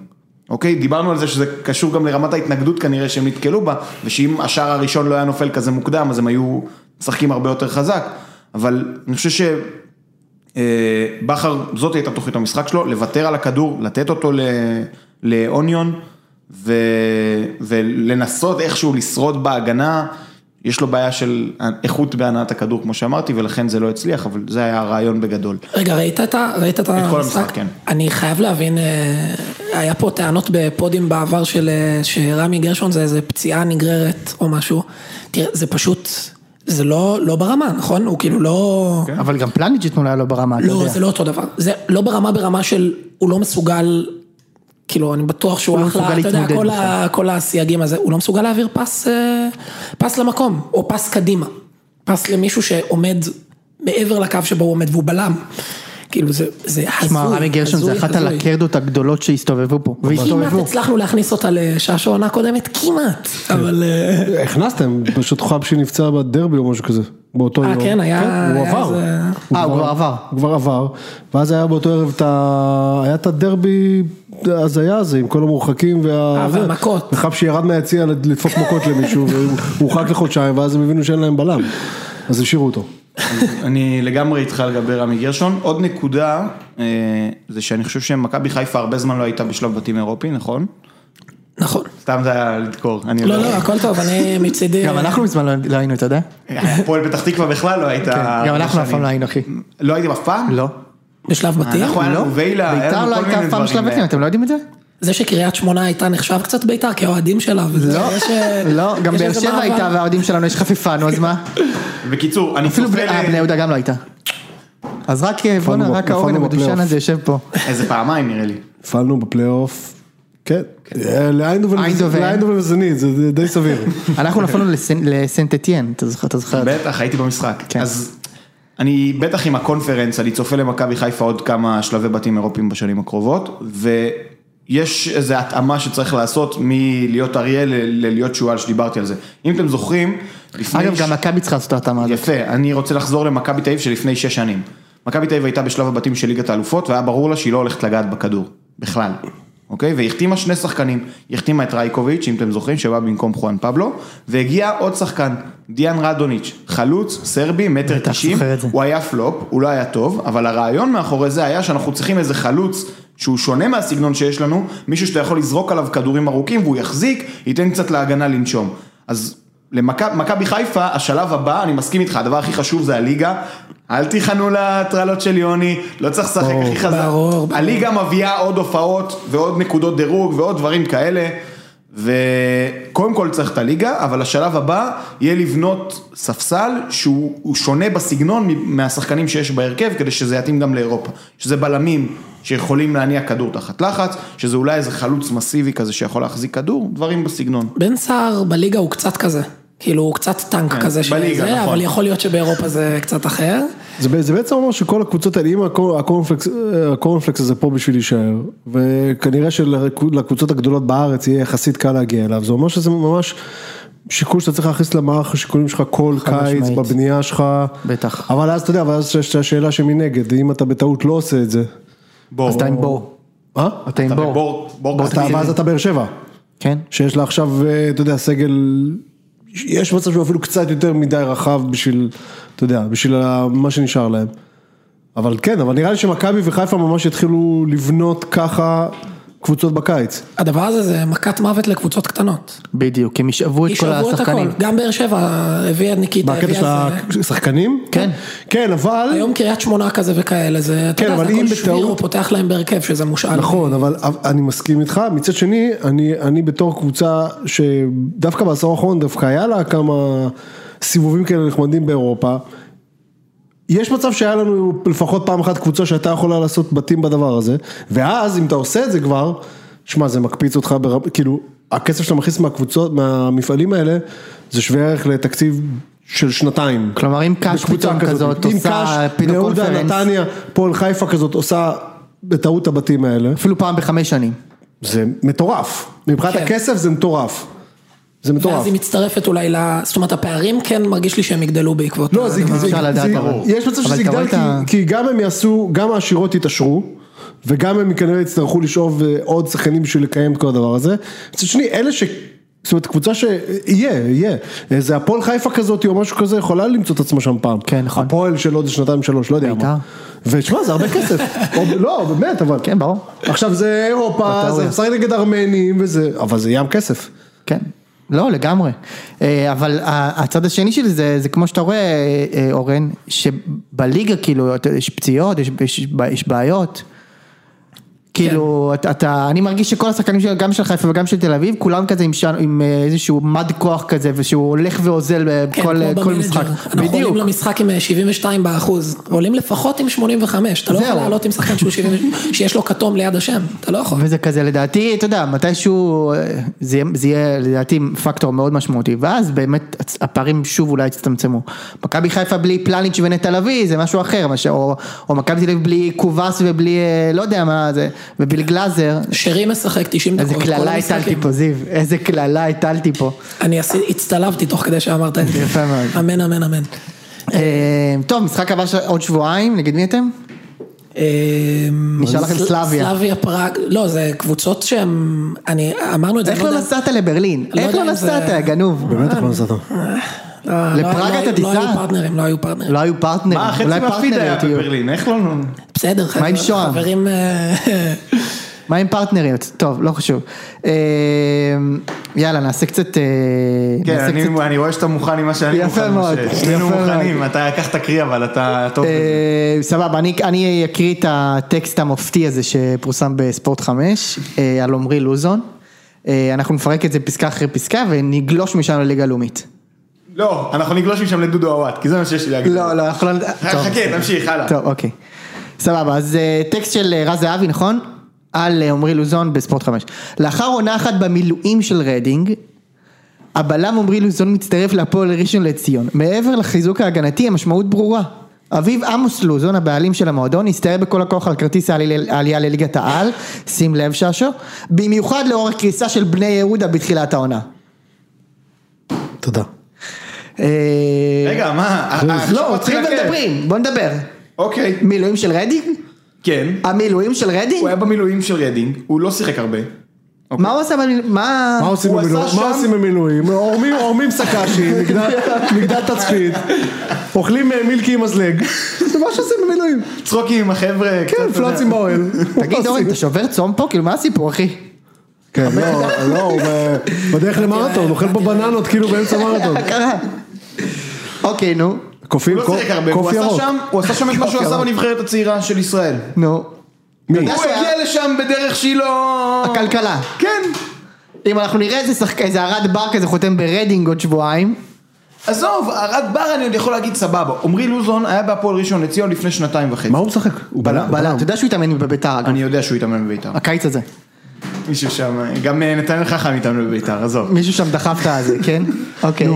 אוקיי, דיברנו על זה שזה קשור גם לרמת ההתנגדות כנראה שהם נתקלו בה, ושאם השער הראשון לא היה נופל כזה מוקדם, אז הם היו משחקים הרבה יותר חזק. אבל אני חושב ש... אה, בכר, זאת הייתה תוכנית המשחק שלו, לוותר על הכדור, לתת אותו ל- לאוניון ו, ולנסות איכשהו לשרוד בהגנה. יש לו בעיה של איכות בהנעת הכדור, כמו שאמרתי, ולכן זה לא הצליח, אבל זה היה הרעיון בגדול. רגע, ראית את ה- ראית את כל המשחק? המשחק, כן. אני חייב להבין, אה, היה פה טענות בפודים בעבר של אה, שרמי גרשון זה איזה פציעה נגררת או משהו. תראה, זה פשוט, זה לא לא ברמה, נכון? הוא כאילו לא... אבל גם פלניג' אתמול היה לו ברמה, אתה לא, יודע. זה לא אותו דבר. זה לא ברמה ברמה של הוא לא מסוגל, כאילו, אני בטוח שהוא הוא לא אחלה, מסוגל אתה יודע, להתמודד כל, ה, כל הסייגים הזה, הוא לא מסוגל להעביר פס, אה, פס למקום, או פס קדימה. פס למישהו שעומד מעבר לקו שבו הוא עומד והוא בלם. כאילו זה, זה הזוי, שמע, רמי גרשון זה הזוי, אחת הזוי. הלקרדות הגדולות שהסתובבו פה. אה, כמעט והסתובבו. הצלחנו להכניס אותה לשעשוע עונה קודמת, כמעט, כן. אבל... אה, הכנסתם, פשוט חבשי נפצע בדרבי או משהו כזה, באותו אה, יום. כן, היה- הוא היה עבר. איזה- אה, הוא כבר עבר. הוא כן. כבר עבר, ואז היה באותו ערב את ה... היה את הדרבי הזיה הזה, עם כל המורחקים וה... אה, זה. והמכות. וחבשי ירד מהיציע לדפוק מכות למישהו, והוא (laughs) הורחק לחודשיים, ואז הם הבינו שאין להם בלם. אז השאירו אותו. (laughs) אני לגמרי איתך לגבי רמי גרשון. עוד נקודה, אה, זה שאני חושב שמכבי חיפה הרבה זמן לא הייתה בשלב בתים אירופי, נכון? נכון. סתם זה היה לדקור. אני לא, יודע. לא, הכל טוב, אני מצידי... גם אנחנו מזמן לא- לא היינו, אתה יודע? הפועל פתח תקווה בכלל לא הייתה... כן, גם הרבה אנחנו אף פעם שנים. לא היינו, אחי. לא הייתם אף פעם? לא. בשלב בתים. נכון, אנחנו היה לנו ויילה, היה ביתר לנו לא כל הייתה מיני אף פעם דברים בשלב ל- בתים, אתם לא יודעים את זה? זה שקריית שמונה הייתה נחשב קצת בית"ר כאוהדים שלה, וזה לא, יש, אה, לא, גם יש באר איזה שבע מעבר. הייתה והאוהדים שלנו יש חפיפה, נו אז מה? בקיצור, אני אפילו צופה בני- ל- אה, בני יהודה גם לא הייתה. אז רק, אה, בואנה, נפלנו רק בפ- האורן נפלנו המדושן בפלייאוף. הזה יושב פה. איזה פעמיים נראה לי. נפלנו בפלייאוף. כן, אה, לאיינדובן איינדובן. לאיינדובן וזנית, זה זה די סביר. אנחנו נפלנו לסן- לסנטטיאן, אתה זוכר, אתה זוכר. את זה. בטח, הייתי במשחק. כן. אז אני בטח עם הקונפרנס, אני צופה למכבי חיפה עוד כמה שלבי בתים אירופיים בשנים הקרובות, ויש איזו התאמה שצריך לעשות מלהיות אריה ל- ללהיות שועל שדיברתי על זה. אם אתם זוכרים, לפני... אגב, ש- גם מכבי צריכה לעשות את ההתאמה הזאת. יפה, אני רוצה לחזור למכבי תל אביב שלפני שש שנים. מכבי תל אביב הייתה בשלב הבתים של ליגת האלופות, והיה ברור לה שהיא לא הולכת לגעת בכדור, בכלל. אוקיי? והיא החתימה שני שחקנים. היא החתימה את רייקוביץ', אם אתם זוכרים, שבא במקום חואן פבלו, והגיע עוד שחקן, דיאן רדוניץ', חלוץ, סרבי, מטר בטח, תשעים, זוכר את זה. הוא היה פלופ, הוא לא היה טוב, אבל הרעיון מאחורי זה היה שאנחנו צריכים איזה חלוץ שהוא שונה מהסגנון שיש לנו, מישהו שאתה יכול לזרוק עליו כדורים ארוכים והוא יחזיק, ייתן קצת להגנה לנשום. אז למכבי חיפה, השלב הבא, אני מסכים איתך, הדבר הכי חשוב זה הליגה. אל תיכנו להטרלות של יוני, לא צריך לשחק הכי חזק. ברור, ברור. הליגה מביאה עוד הופעות ועוד נקודות דירוג ועוד דברים כאלה. וקודם כל צריך את הליגה, אבל השלב הבא יהיה לבנות ספסל שהוא הוא שונה בסגנון מ- מהשחקנים שיש בהרכב, כדי שזה יתאים גם לאירופה. שזה בלמים שיכולים להניע כדור תחת לחץ, שזה אולי איזה חלוץ מסיבי כזה שיכול להחזיק כדור, דברים בסגנון. כן, בן סער בליגה הוא קצת כזה. כאילו הוא קצת טנק כזה, של בליגה, זה, נכון. אבל יכול להיות שבאירופה זה קצת אחר. זה, ב- זה בעצם אומר שכל הקבוצות האלה, אם הקור- הקורנפלקס, אה, הקורנפלקס הזה פה בשביל להישאר, וכנראה שלקבוצות הגדולות בארץ יהיה יחסית קל להגיע אליו, זה אומר שזה ממש שיקול שאתה צריך להכניס למערך השיקולים שלך כל חד קיץ, משמעית. בבנייה שלך. בטח. אבל אז אתה יודע, אבל אז יש את השאלה שמנגד, אם אתה בטעות לא עושה את זה, בור. אז אתה עם בור. אה? אתה עם אתה בור. בבור, בור אתה- תקציבי. ואז אתה באר שבע, כן. שיש לה עכשיו, אה, אתה יודע, סגל, יש מצב שהוא אפילו קצת יותר מדי רחב בשביל, אתה יודע, בשביל ה- מה שנשאר להם. אבל כן, אבל נראה לי שמכבי וחיפה ממש התחילו לבנות ככה קבוצות בקיץ. הדבר הזה זה מכת מוות לקבוצות קטנות. בדיוק, הם ישאבו את כל ישאבו את הכל, השחקנים. גם באר שבע הביאה את ניקיטה, בקטע הביאה של את זה. השחקנים? כן. כן, אבל... היום קריית שמונה כזה וכאלה, זה, אתה כן, יודע, אבל זה אם הכל שבירו בטעות- פותח להם בהרכב, שזה מושאל. נכון, אבל אבל אני מסכים איתך, מצד שני, אני, אני בתור קבוצה שדווקא בעשור האחרון דווקא היה לה כמה סיבובים כאלה נחמדים באירופה. יש מצב שהיה לנו לפחות פעם אחת קבוצה שהייתה יכולה לעשות בתים בדבר הזה, ואז אם אתה עושה את זה כבר, שמע זה מקפיץ אותך, ברב, כאילו הכסף שאתה מכניס מהקבוצות, מהמפעלים האלה, זה שווה ערך לתקציב של שנתיים. כלומר, אם קאש בקבוצה פתאום כזאת אם עושה קאש, פתאום יהודה, קונפרנס, נתניה, פועל חיפה כזאת עושה בטעות את הבתים האלה. אפילו פעם בחמש שנים. זה מטורף, מבחינת כן. הכסף זה מטורף, זה מטורף. ואז היא מצטרפת אולי ל... זאת אומרת, הפערים כן מרגיש לי שהם יגדלו בעקבות... לא, זה, זה, אפשר זה, לדעת, זה, ברור. יש מצב אבל שזה אתה רואה יגדל את כי, ה- כי גם הם יעשו, גם העשירות יתעשרו, וגם הם כנראה יצטרכו לשאוב אה, עוד שחקנים בשביל לקיים את כל הדבר הזה. מצד שני, אלה ש... זאת אומרת, קבוצה ש... יהיה, יהיה. איזה הפועל חיפה כזאת או משהו כזה יכולה למצוא את עצמה שם פעם. כן, נכון. הפועל של עוד שנתיים שלוש, לא יודע בית"ר. מה. ושמע, זה הרבה (laughs) כסף. או- לא, באמת, אבל... כן, ברור. עכשיו זה אירופה, בתיאוריה. זה משחק נגד ארמנים וזה, אבל זה ים כסף. כן. לא, לגמרי. אה, אבל ה- הצד השני של זה, זה כמו שאתה רואה, אה, אה, אורן, שבליגה כאילו אתה- יש פציעות, יש, יש, יש בעיות. כן. כאילו, אתה, אתה, אני מרגיש שכל השחקנים, של- גם של חיפה וגם של תל אביב, כולם כזה עם, ש- עם אה, איזשהו מד כוח כזה, ושהוא הולך ואוזל כן, בכל כמו כל במנג'ר. משחק. אנחנו עולים למשחק עם אה, 72 באחוז, עולים לפחות עם 85, אתה לא יכול זהו. לעלות עם שחקן שהוא (laughs) 70 שיש לו כתום ליד השם, אתה לא יכול. וזה כזה לדעתי, אתה יודע, מתישהו אה, זה, יהיה- זה יהיה לדעתי פקטור מאוד משמעותי, ואז באמת הצ- הפערים שוב אולי יצטמצמו. מכבי חיפה בלי פלניץ' ונטע לביא זה משהו אחר, מה ש- או, או מכבי תל אביב בלי קובס ובלי אה, לא יודע מה זה, ובלי גלאזר, שרי משחק 90 דקות. איזה נכון, כל קללה המשחקים. הטלתי פה זיו, איזה קללה הטלתי פה. אני עשי- הצטלבתי תוך כדי שאמרת את זה. יפה מאוד. אמן, אמן, אמן. אה, טוב, משחק הבא ש- עוד שבועיים, נגד מי אתם? אמ, נשאר לכם סל- סלביה. סלביה פראג, לא, זה קבוצות שהן, אני, אמרנו את זה, איך אני לא יודע- נסעת לברלין? לא איך יודע לא אם זה- נסעת, גנוב? באמת, אבל זה טוב. אה, לא- לפראג לא- אתה לא תיסע? היו פרטנרים, לא היו פרטנרים. לא היו פרטנרים, מה, חצי אולי מהפיד היה פרטנריות יהיו. בברלין, איך לא... בסדר, מה עם חבר- שוהם? חברים, אה, מה עם פרטנריות? טוב, לא חשוב. אה, יאללה, נעשה קצת... אה, כן, נעשה אני- קצת- אני רואה שאתה מוכן עם מה שאני יפה מוכן. מאוד, משה. שנינו יפה מוכנים, אתה לקחת קרי אבל אתה טוב לא בזה. אה, סבבה, אני- אני אקריא את הטקסט המופתי הזה שפורסם בספורט 5 אה, על עמרי לוזון. אה, אנחנו נפרק את זה פסקה אחרי פסקה ונגלוש משם לליגה הלאומית. לא, אנחנו נגלוש משם לדודו עוואט, כי זה מה שיש לי להגיד. לא, לא, אנחנו לא... טוב. אה, חכה, תמשיך, הלאה. טוב, אוקיי. סבבה, אז אה, טקסט של אה, רז זהבי, נכון? על אה, עמרי לוזון בספורט 5. לאחר עונה אחת במילואים של רדינג, הבלם עמרי לוזון מצטרף להפועל ראשון לציון. מעבר לחיזוק ההגנתי, המשמעות ברורה. אביו עמוס לוזון, הבעלים של המועדון, הסתער בכל הכוח על כרטיס העלי- העלייה לליגת העל, שים לב ששו, במיוחד לאור הקריסה של בני יהודה בתחילת העונה. תודה. אה, רגע, מה? אה, אה, עכשיו לא, מתחיל הולכים הקטע. ומדברים, בוא נדבר. אוקיי, מילואים של רדינג? כן. המילואים של רדינג? הוא היה במילואים של רדינג, הוא לא שיחק הרבה, מה הוא עשה, במילואים? מה... מה עושים הוא עשה במילואים? מה שם- עושים במילואים? עורמים- עורמים סק"שים, (laughs) מגדל- מגדל תצפית, אוכלים אה, מילקי עם מזלג, זה מה שעושים במילואים. צחוקים עם החבר'ה, קצת, אתה כן, יודע. פלוצים באוהל. תגיד אורן, אתה שובר צום פה? כאילו מה הסיפור אחי? כן, לא, לא, הוא ב- (laughs) בדרך למרתון, אוכל פה בננות כאילו באמצע מרתון. מה קרה? אוקיי נו, קופים, הוא לא שיחק הרבה, קוף הוא עשה ירוק. שם- הוא עשה שם את מה שהוא עשה בנבחרת הצעירה של ישראל. נו, מי? הוא הגיע לשם בדרך שהיא לא... הכלכלה. כן, אם אנחנו נראה איזה שחק- איזה ערד בר כזה חותם ברדינג עוד שבועיים, עזוב, ערד בר אני עוד יכול להגיד סבבה. עמרי לוזון היה בהפועל ראשון לציון לפני שנתיים וחצי. מה הוא משחק? הוא בלם. בלם, אתה יודע שהוא התאמן בביתר אגב, אני יודע שהוא התאמן בביתר. הקיץ הזה, מישהו שם, גם אה, נתנאל חכם התאמן בביתר, עזוב. מישהו שם דחף את הזה, (laughs) כן? אוקיי,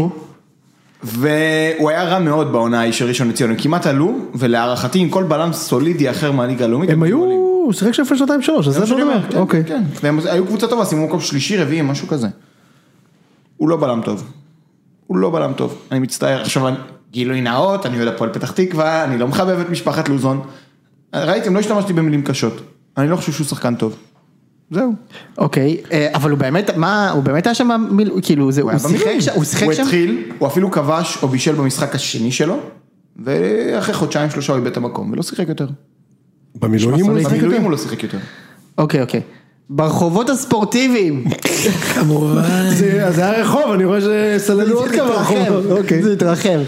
והוא היה רע מאוד בעונה ההיא של ראשון לציון, הם כמעט עלו, ולהערכתי עם כל בלם סולידי אחר מהליגה הלאומית. הם היו, עולים. הוא שיחק שם לפני שנתיים שלוש, אז זה זה מה לא שאני אומר, נאמר. כן, אוקיי. כן. והם היו קבוצה טובה, סיימו מקום שלישי, רביעי, משהו כזה. הוא לא בלם טוב. הוא לא בלם טוב, אני מצטער. עכשיו, אני- גילוי נאות, אני אוהד הפועל פתח תקווה, אני לא מחבב את משפחת לוזון. ראיתם, לא השתמשתי במילים קשות. אני לא חושב שהוא שחקן טוב. זהו. אוקיי, אה, אבל הוא באמת, מה, הוא באמת היה שם, במילואים? כאילו, זה- הוא היה שיחק במילואים. שם, הוא שיחק הוא שם, התחיל, הוא אפילו כבש או בישל במשחק השני שלו, ואחרי חודשיים שלושה הוא איבד את המקום, ולא שיחק יותר. במילואים הוא לא שיחק יותר? במילואים הוא לא שיחק יותר. אוקיי, אוקיי, ברחובות הספורטיביים, כמובן. זה אז זה היה רחוב, אני רואה שסללו עוד כמה רחובות. (laughs) אוקיי. לא זה התרחב,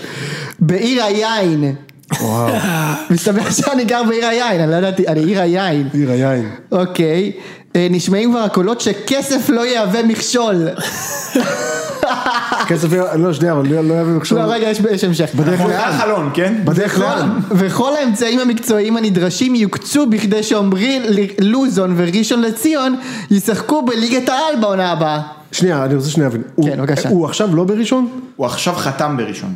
בעיר היין, מסתבר שאני גר בעיר היין, אני לא ידעתי, אני עיר היין, עיר היין. אוקיי, אה, נשמעים כבר הקולות שכסף לא יהווה מכשול, כסף, לא שנייה, אבל לא יביא מכשול. לא רגע יש- יש המשך, זה היה חלון, כן? בדרך לאן? וכל האמצעים המקצועיים הנדרשים יוקצו בכדי שעמרי ל- לוזון וראשון לציון ישחקו בליגת העל בעונה הבאה. שנייה, אני רוצה שנייה להבין. הוא- כן, בבקשה. הוא עכשיו לא בראשון? אה, הוא עכשיו חתם בראשון.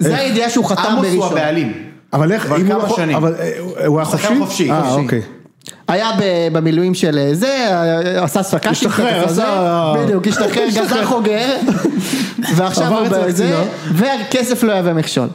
זה הידיעה שהוא חתם עמוס הוא בראשון. הבעלים. אבל איך, כבר אם הוא כמה לא חופשי, שנים. אבל אה, הוא היה חופשי? שחקן חופשי, אה, חופשי. אוקיי. היה ב- במילואים של אה, זה, אה, עשה ספקה. השתחרר, עשה- בדיוק, השתחרר, גזר חוגר. ועכשיו עבר הוא את זה בזה, והכסף לא יהווה מכשול.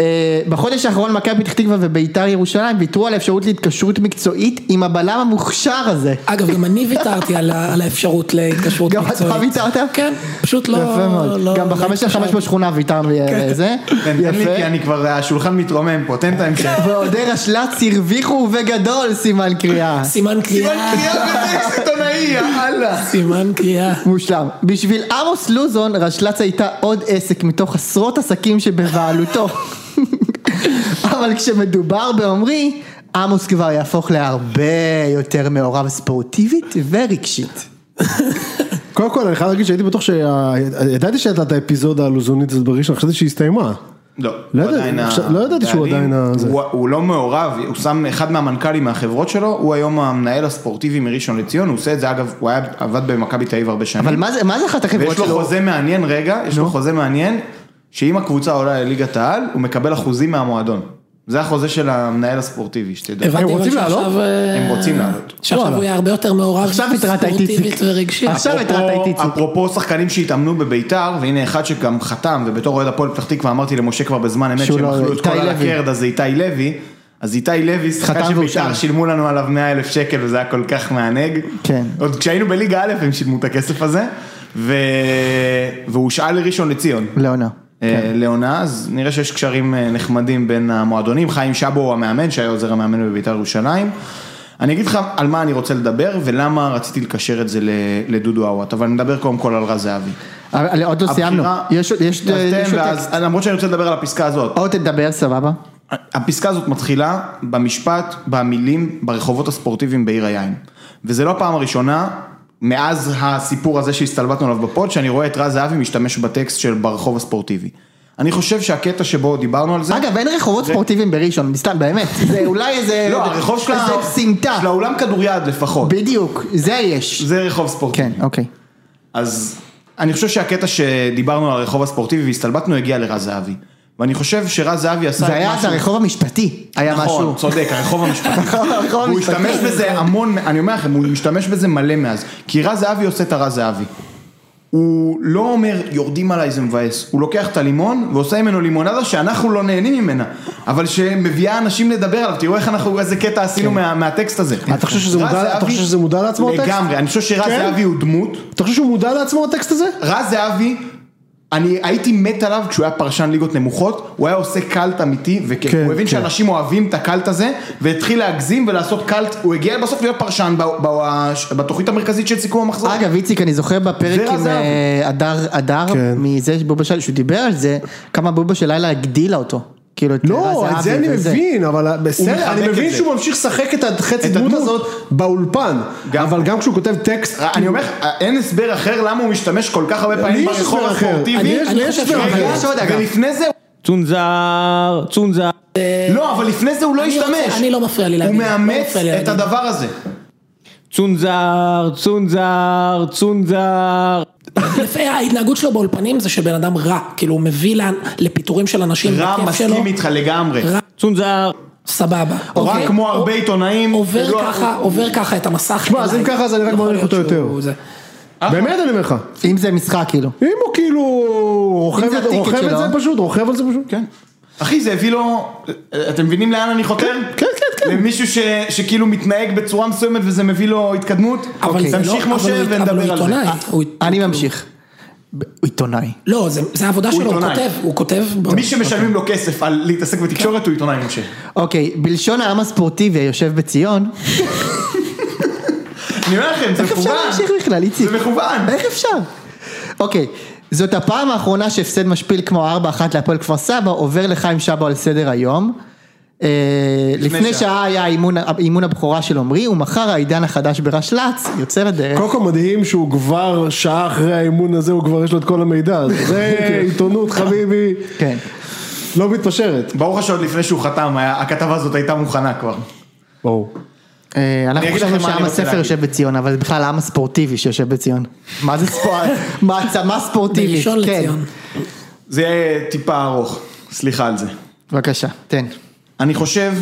אה, בחודש האחרון מכבי פתח תקווה וביתר ירושלים ויתרו על האפשרות להתקשרות מקצועית עם הבלם המוכשר הזה. אגב, גם אני ויתרתי על ה- על האפשרות להתקשרות גם אתה מקצועית. ויתרת? כן, פשוט לא... יפה לא- מאוד. גם לא בחמש על התקשרתי. חמש בשכונה ויתרנו על זה. כן, תן תן לי, כי יפה. אני כבר, השולחן מתרומם פה, תן את (laughs) ההמשך. ועודר השלץ הרוויחו ובגדול סימן קריאה. סימן קריאה, עיתונאי, יאללה. סימן קריאה. מושלם. בשביל עמוס לוזון, רשל"צ הייתה עוד עסק מתוך עשרות עסקים שבבעלותו. (laughs) אבל כשמדובר בעומרי, עמוס כבר יהפוך להרבה יותר מעורב ספורטיבית ורגשית. קודם כל, אני חייב להגיד שהייתי בטוח שה... ידעתי שהייתה את האפיזודה הלוזונית הזאת בראשון, חשבתי שהסתיימה. לא, לא הוא ידעתי, עדיין עכשיו- לא ידעתי שהוא הבעלים. עדיין ה- זה. הוא- הוא לא מעורב, הוא שם אחד מהמנכ"לים מהחברות שלו, הוא היום המנהל הספורטיבי מראשון לציון, הוא עושה את זה אגב, הוא היה עבד במכבי תל אביב הרבה שנים. אבל מה זה- מה זה אחת החברות ויש לו שלו? חוזה מעניין, רגע, יש לו חוזה מעניין, שאם הקבוצה עולה לליגת העל, הוא מקבל אחוזים מהמועדון. זה החוזה של המנהל הספורטיבי, שתדע. הבנתי אבל רוצים שעכשיו, לעלות? אה, הם רוצים לעלות. שעכשיו הוא יהיה הרבה יותר מעורב. עכשיו התרעת את איציק. ספורטיבית ורגשית. עכשיו אפרופו- התרעת את איציק. אפרופו שחקנים שהתאמנו בביתר, והנה אחד שגם חתם, ובתור אוהד הפועל פתח תקווה אמרתי למשה כבר בזמן אמת שהוא שהם לא- אכלו את איתי כל על לוי. הקרד, אז זה איתי לוי. אז איתי לוי, שחקן חתם והוא שם. שביתר שילמו לנו עליו 100 אלף שקל וזה היה כל כך מענג. כן. עוד כשהיינו בליגה א' הם שילמו את הכסף הזה, ו... והושאל לראשון לציון. לעונה. אה, כן. לעונה, אז נראה שיש קשרים אה, נחמדים בין המועדונים, חיים שבו הוא המאמן שהיה עוזר המאמן בבית"ר ירושלים. אני אגיד לך על מה אני רוצה לדבר ולמה רציתי לקשר את זה ל- לדודו עוואט, אבל נדבר קודם כל על רז זהבי. אבל עוד לא סיימנו. הבחירה- יש עוד- יש אז תן, יש עוד ואז- טקסט. למרות שאני רוצה לדבר על הפסקה הזאת. עוד תדבר סבבה. הפסקה הזאת מתחילה במשפט, במילים, ברחובות הספורטיביים בעיר היין. וזה לא הפעם הראשונה, מאז הסיפור הזה שהסתלבטנו עליו בפוד, שאני רואה את רז זהבי משתמש בטקסט של ברחוב הספורטיבי. אני חושב שהקטע שבו דיברנו על זה... אגב אין רחובות ספורטיביים בראשון, (laughs) סתם באמת, זה אולי איזה, לא, הרחוב של ה- אה, איזה סמטה, של האולם כדוריד לפחות. בדיוק, זה יש, זה רחוב ספורטיבי. כן אוקיי, אז אני חושב שהקטע שדיברנו על הרחוב הספורטיבי והסתלבטנו הגיע לרז זהבי. ואני חושב שרז זהבי עשה זה את היה אז הרחוב המשפטי, היה משהו, נכון, צודק, הרחוב המשפטי. (laughs) הרחוב הוא המשפטי. השתמש בזה המון, אני אומר לכם, הוא משתמש בזה מלא מאז. כי רז זהבי עושה את הרז זהבי. הוא לא אומר, יורדים עליי זה מבאס, הוא לוקח את הלימון ועושה ממנו לימונדה שאנחנו לא נהנים ממנה, אבל שמביאה אנשים לדבר עליו, תראו איך אנחנו, איזה קטע כן. עשינו מה- מהטקסט הזה. אתה חושב שזה רז מודע- אתה זהבי- חושב שזה מודע לעצמו, הטקסט? לגמרי, אני חושב שרז כן? זהבי הוא דמות, אתה חושב שהוא מודע לעצמו הטקסט הזה? רז זהבי, אני הייתי מת עליו כשהוא היה פרשן ליגות נמוכות, הוא היה עושה קאלט אמיתי, וכן, כן, הוא הבין כן. שאנשים אוהבים את הקאלט הזה, והתחיל להגזים ולעשות קאלט, הוא הגיע בסוף להיות פרשן ב- ב- בתוכנית המרכזית של סיכום המחזור. אגב, איציק, אני זוכר בפרק ורז עם זהבי. אה, הדר, הדר, כן. מזה שבובה של, שהוא דיבר על זה, כמה בובה של לילה הגדילה אותו. כאילו, את רז לא, את זהבי זה אני וזה. מבין, אבל מחבק בסדר, אני את מבין זה. שהוא ממשיך לשחק את החצי את דמות הדמות. הזאת באולפן, גם- אבל גם כשהוא כותב טקסט, אני אומר לך, אין הסבר אחר למה הוא משתמש כל כך הרבה פעמים יש ברחוב הסבר אחר. אני הספורטיבי. יש- אני יש חושב הסבר ש- אחר. יש עוד אגב. ולפני זה, צונזר, צונזר. לא, אבל לפני זה הוא לא אני השתמש. רוצה- אני לא מפריע לי הוא להגיד, לא מאמץ מפריע לי את להגיד. הדבר הזה. צונזר, צונזר, צונזר. לפי ההתנהגות שלו באולפנים זה שבן אדם רע, כאילו הוא מביא לה- לפיטורים של אנשים, רם בכיף שלו. מסכים איתך לגמרי. רע, צונזר. סבבה. או רק אוקיי? כמו או- הרבה עיתונאים. עובר הוא לא- ככה, עובר ככה את המסך. שמע, אז אליי. אם ככה, אז אני רק יכול מעריך להיות אותו שהוא- יותר. זה. באמת אני אומר לך, אם זה משחק, כאילו. אם הוא כאילו רוכב זה הטיקט רוכב שלו. את זה פשוט, רוכב על זה פשוט, כן. אחי, זה הביא לו... אתם מבינים לאן אני חותר? כן, כן, כן. למישהו ש... שכאילו מתנהג בצורה מסוימת וזה מביא לו התקדמות? אבל זה לא, אוקיי. תמשיך אבל משה הוא- אבל ונדבר הוא על זה. אה. עיתונאי. הוא- אוקיי. אני ממשיך. ב- הוא עיתונאי. לא, זה- זה העבודה שלו, הוא עיתונאי. כותב, הוא כותב. מי שמשלמים לו כסף על להתעסק בתקשורת הוא עיתונאי משה. אוקיי, בלשון העם הספורטיבי היושב בציון, אני אומר לכם, זה איך מכוון. אפשר להמשיך בכלל, איציק? זה מכוון. איך אפשר? אוקיי, זאת הפעם האחרונה שהפסד משפיל כמו 4-1 להפועל כפר סבא עובר לחיים שבו על סדר היום. אה, לפני לפני שעה. שעה היה אימון- אימון הבכורה של עמרי, ומחר העידן החדש ברשל"צ יוצא לדרך. קודם כל מדהים שהוא כבר שעה אחרי האימון הזה, הוא כבר יש לו את כל המידע, אז (laughs) זה עיתונות חביבי, כן. לא מתפשרת, ברור לך שעוד לפני שהוא חתם, היה- הכתבה הזאת הייתה מוכנה כבר. ברור, אה, אנחנו אגיד לכם חשבנו מה אני שהעם רוצה הספר להגיד. יושב בציון, אבל זה בכלל העם הספורטיבי שיושב בציון. מה זה (laughs) ספורט? מעצמה ספורטיבית. בראשון כן. לציון. זה יהיה טיפה ארוך, סליחה על זה. בבקשה, תן. אני חושב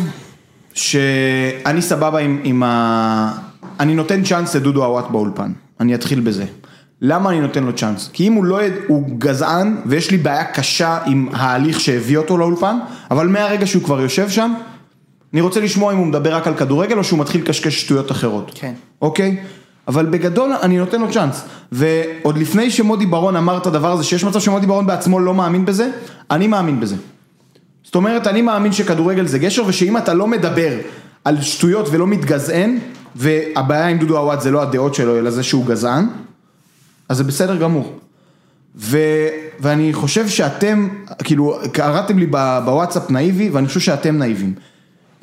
שאני סבבה עם, עם ה... אני נותן צ'אנס לדודו עוואט באולפן, אני אתחיל בזה. למה אני נותן לו צ'אנס? כי אם הוא לא... יד- הוא גזען, ויש לי בעיה קשה עם ההליך שהביא אותו לאולפן, אבל מהרגע שהוא כבר יושב שם, אני רוצה לשמוע אם הוא מדבר רק על כדורגל או שהוא מתחיל לקשקש שטויות אחרות. כן. אוקיי? אבל בגדול אני נותן לו צ'אנס. ועוד לפני שמודי ברון אמר את הדבר הזה, שיש מצב שמודי ברון בעצמו לא מאמין בזה, אני מאמין בזה. זאת אומרת, אני מאמין שכדורגל זה גשר, ושאם אתה לא מדבר על שטויות ולא מתגזען, והבעיה עם דודו עוואט זה לא הדעות שלו, אלא זה שהוא גזען, אז זה בסדר גמור. ו, ואני חושב שאתם, כאילו, קראתם לי ב- בוואטסאפ נאיבי, ואני חושב שאתם נאיבים.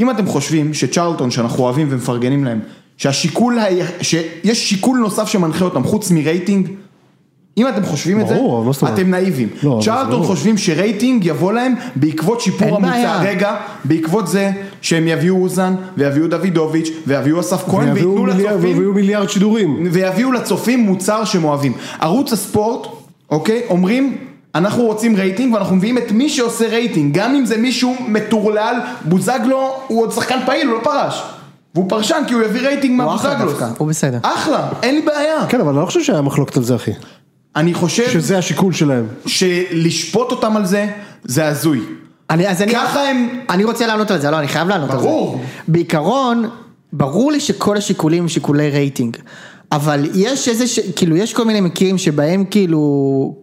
אם אתם חושבים שצ'רלטון, שאנחנו אוהבים ומפרגנים להם, שהשיקול, ה... שיש שיקול נוסף שמנחה אותם חוץ מרייטינג, אם אתם חושבים את זה, ברור, אבל מה זאת אומרת? אתם נאיבים. לא, אבל זה צ'רלטון ברור. חושבים שרייטינג יבוא להם בעקבות שיפור אין המוצע, בעיה. רגע, בעקבות זה שהם יביאו אוזן, ויביאו דוידוביץ', ויביאו אסף כהן, ויביאו וייתנו מיליארד- לצופים. ויביאו מיליארד שידורים, ויביאו לצופים מוצר שהם אוהבים. ערוץ הספורט, אוקיי, אומרים, אנחנו רוצים רייטינג ואנחנו מביאים את מי שעושה רייטינג, גם אם זה מישהו מטורלל, בוזגלו הוא עוד שחקן פעיל, הוא לא פרש. והוא פרשן כי הוא יביא רייטינג הוא אחלה מהבוזגלו. דווקא, הוא בסדר. אחלה, אין לי בעיה. כן אבל אני לא חושב שהיה מחלוקת על זה אחי, אני חושב שזה השיקול שלהם, שלשפוט אותם על זה, זה הזוי. אני, אז אני, ככה הם- אני רוצה לענות על זה, לא, אני חייב לענות על זה. ברור. בעיקרון, ברור לי שכל השיקולים הם שיקולי רייטינג. אבל יש איזה, ש... כאילו, יש כל מיני מקרים שבהם כאילו,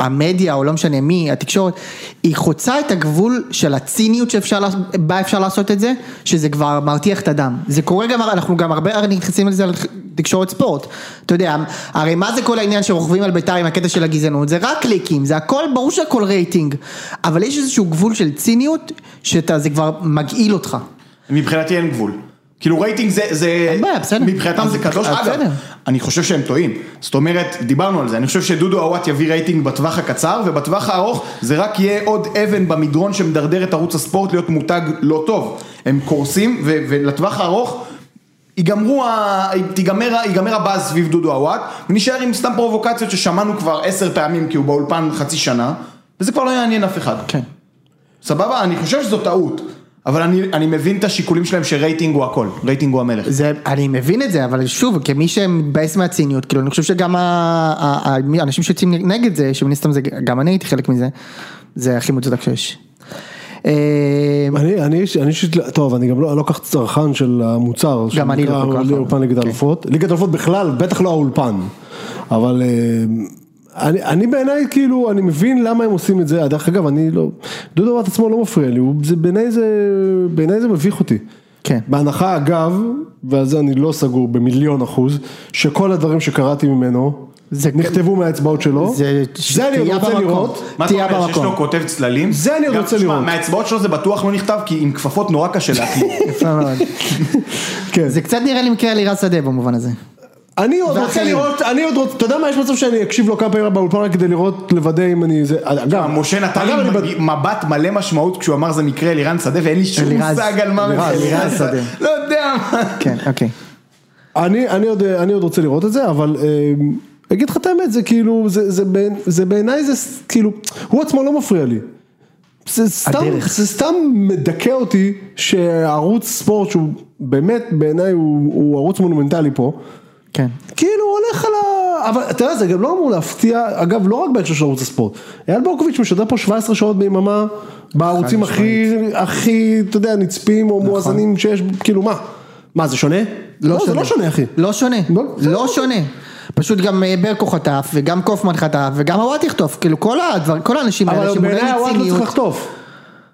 המדיה, או לא משנה מי, התקשורת, היא חוצה את הגבול של הציניות שאפשר, לעשות- בה אפשר לעשות את זה, שזה כבר מרתיח את הדם. זה קורה גם, אנחנו גם הרבה הרי נכנסים לזה על תקשורת ספורט. אתה יודע, הרי מה זה כל העניין שרוכבים על בית"ר עם הקטע של הגזענות? זה רק קליקים, זה הכל, ברור שהכל רייטינג. אבל יש איזשהו גבול של ציניות, שזה כבר מגעיל אותך. מבחינתי אין גבול. כאילו רייטינג זה, זה, אין בעיה, בסדר. מבחינתם אז זה בסדר. קדוש, אגב, בסדר. אני חושב שהם טועים, זאת אומרת, דיברנו על זה, אני חושב שדודו עוואט יביא רייטינג בטווח הקצר, ובטווח הארוך זה רק יהיה עוד אבן במדרון שמדרדר את ערוץ הספורט להיות מותג לא טוב, הם קורסים, ו- ולטווח הארוך ייגמרו, ה... תיגמר, ה- ייגמר הבאז סביב דודו עוואט, ונשאר עם סתם פרובוקציות ששמענו כבר עשר פעמים כי הוא באולפן חצי שנה, וזה כבר לא יעניין אף אחד. כן. סבבה? אני חושב שזו טעות. אבל אני, אני מבין את השיקולים שלהם שרייטינג הוא הכל, רייטינג הוא המלך. זה, אני מבין את זה, אבל שוב, כמי שמתבאס מהציניות, כאילו, אני חושב שגם ה- ה- ה- האנשים שיוצאים נגד זה, שמן הסתם זה, גם אני הייתי חלק מזה, זה הכי מוצדק שיש. אה, אני, אני, איש- אני אישית, לא- טוב, אני גם לא לא כל כך צרכן של המוצר. שנקרא אני לא כל כך. אולפן ליגת האלופות. ליגת האלופות בכלל, בטח לא האולפן. אבל אה, אני, אני בעיניי, כאילו, אני מבין למה הם עושים את זה. דרך אגב, אני לא, דודו רוט עצמו לא מפריע לי, הוא- זה- בעיניי זה, בעיניי זה מביך אותי. כן. בהנחה, אגב, ועל זה אני לא סגור במיליון אחוז, שכל הדברים שקראתי ממנו, זה- נכתבו מהאצבעות שלו. זה זה אני עוד שתייה רוצה במקום. לראות. מה אתה תהיה אומר, שיש במקום. לו כותב צללים? זה אני עוד גם, רוצה תשמע, לראות. מהאצבעות שלו זה בטוח לא נכתב, כי עם כפפות נורא קשה להחליט. יפה מאוד. כן. זה קצת נראה לי מקרה לירז שדה במובן הזה. אני עוד רוצה ואחרים. לראות, אני עוד רוצה, אתה יודע מה, יש מצב שאני אקשיב לו כמה פעמים באולפן רק כדי לראות, לוודא אם אני זה, אגב, אה, משה נתן אגב, אני לי בד- מבט מלא משמעות כשהוא אמר זה מקרה אלירן שדה, ואין לי שום אלירז. מושג על מה אלירז, מבין." אלירז שדה. לא יודע מה. כן, אוקיי. אני, אני, עוד, אני עוד רוצה לראות את זה, אבל אמ, אגיד לך את האמת, זה כאילו, זה, זה, בעין- זה בעיניי זה ס- כאילו, הוא עצמו לא מפריע לי. זה סתם, הדרך. זה סתם מדכא אותי שערוץ ספורט שהוא באמת בעיניי הוא, הוא ערוץ מונומנטלי פה, כן. כאילו הוא הולך על ה... אבל אתה יודע, זה גם לא אמור להפתיע, אגב, לא רק בהקשר של ערוץ הספורט. אייל ברקוביץ' משדר פה 17 שעות ביממה, בערוצים הכי, הכי, אתה יודע, נצפים נכון. או מואזנים שיש, כאילו מה? מה, זה שונה? לא, זה לא שונה, אחי. לא שונה. לא, זה לא שונה. פשוט גם אה, ברקו חטף, וגם קופמן חטף, וגם הוואט יחטוף. כאילו כל הדבר, כל האנשים האלה אבל שמונעים בעיניי הוואט לא צריך ציניות. לחטוף.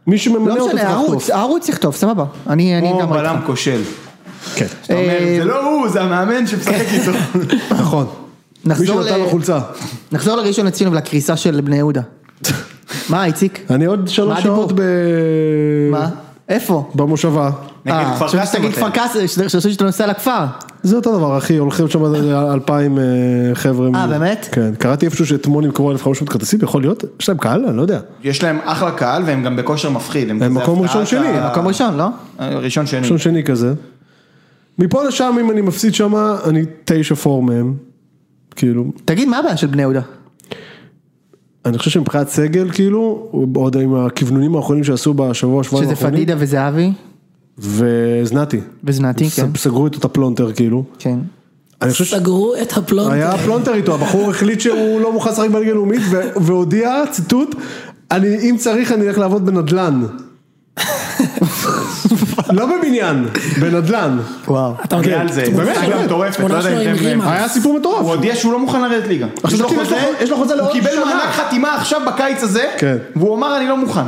מי שממנה לא אותו צריך משנה, לחטוף. הערוץ, הערוץ יחטוף, סבבה. אני אני כמו גם אה, בלם איתך. כושל. כן, אתה אומר, זה לא הוא, זה המאמן שמשחק איתו. (coughs) (laughs) נכון. מי נחזור שנתן ל- לו חולצה. נחזור לראשון לציון ולקריסה של בני (laughs) יהודה. מה, איציק? אני עוד מה שלוש הדיבור? שעות ב... מה? איפה? במושבה. נגד אה, כפר חשבתי קאסם שתגיד אתם. כפר קאסם, חשבתי שאתה נוסע לכפר. זה אותו דבר אחי, הולכים שם איזה אלפיים אה, חבר'ה. מ- אה, באמת? כן, קראתי איפשהו שאתמול נמכרו 1,500 כרטיסים, יכול להיות? יש להם קהל? אני לא יודע. Mm. יש להם אחלה קהל והם גם בכושר מפחיד. הם כזה מקום הפתעת ראשון שני, ה- מקום ראשון, לא? ראשון שני. ראשון שני כזה. מפה לשם אם אני מפסיד שמה, אני תשע פור מהם. כאילו, תגיד, מה הבעיה של בני יהודה? אני חושב שמבחינת סגל כאילו, עוד עם הכוונונים האחרונים שעשו בשבוע שבועיים שזה האחרונים. פדידה וזהבי וזנתי. וזנתי, ס- כן. סגרו איתו את הפלונטר כאילו. כן. אני חושב סגרו את הפלונטר. היה פלונטר איתו, הבחור החליט שהוא לא מוכן לשחק בליגה הלאומית ו- והודיע, ציטוט, אני, אם צריך אני אלך לעבוד בנדלן. (laughs) לא בבניין, בנדלן. וואו. אתה אני על זה. תמונה באמת, שלו- גם מטורפת, לא תמונה יודע שלו אם עם אתם- רימה. היה סיפור הוא מטורף. הודיע שהוא לא מוכן לרדת ליגה. עכשיו תקשיב, יש לו חוזה- יש לו חוזה לעוד הוא קיבל שנה. מענק חתימה עכשיו בקיץ הזה, כן. והוא אמר אני לא מוכן.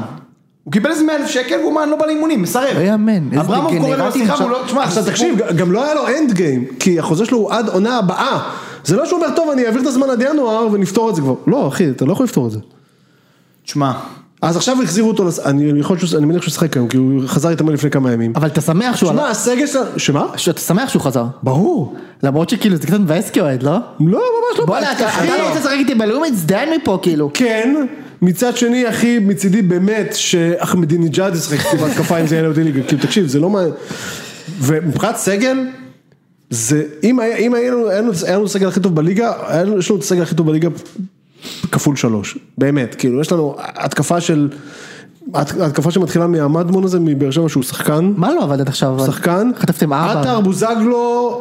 הוא קיבל איזה 100 אלף שקל והוא אמר אני לא בא לאימונים, מסרב. לא יאמן, איזה אברמוב קורא לו דגנרטים לשיחה, עכשיו- והוא לא, תשמע, עכשיו זה סיפור- תקשיב, גם לא היה לו אנד גיים, כי החוזה שלו הוא עד עונה הבאה. זה לא שהוא אומר, טוב, אני אעביר את הזמן עד ינואר ונפתור את זה כבר. לא, אחי, אתה לא יכול לפתור את זה. תשמע, אז עכשיו החזירו אותו, לס- אני יכול שהוא- אני מניח שהוא שיחק היום, כי הוא חזר להתאמן לפני כמה ימים. אבל אתה שמח שהוא שמע, עלה? הסגל שלה... שמה? שאתה שמח שהוא חזר. ברור. למרות שכאילו זה קצת מבאס כאוהד, לא? לא, ממש לא. בואנה, אתה אחי, אתה לא רוצה לשחק איתי בלאומית, זדיין מפה כאילו. כן, מצד שני אחי, מצידי באמת שאחמדינג'אד ישחק איתי (laughs) בהתקפה אם זה יעלה אותי ליגה, כאילו תקשיב זה לא מה, ומבחינת סגל, זה, אם היה- אם היה לנו- היה לנו היה לנו סגל הכי טוב בליגה, היה לנו- יש לנו את הסגל הכי טוב בליגה כפול שלוש, באמת, כאילו יש לנו התקפה של, הת- התקפה שמתחילה מהמדמון הזה מבאר שבע שהוא שחקן, מה לא עבד עד עכשיו? אבל? שחקן, חטפתם ארבע. עטר בוזגלו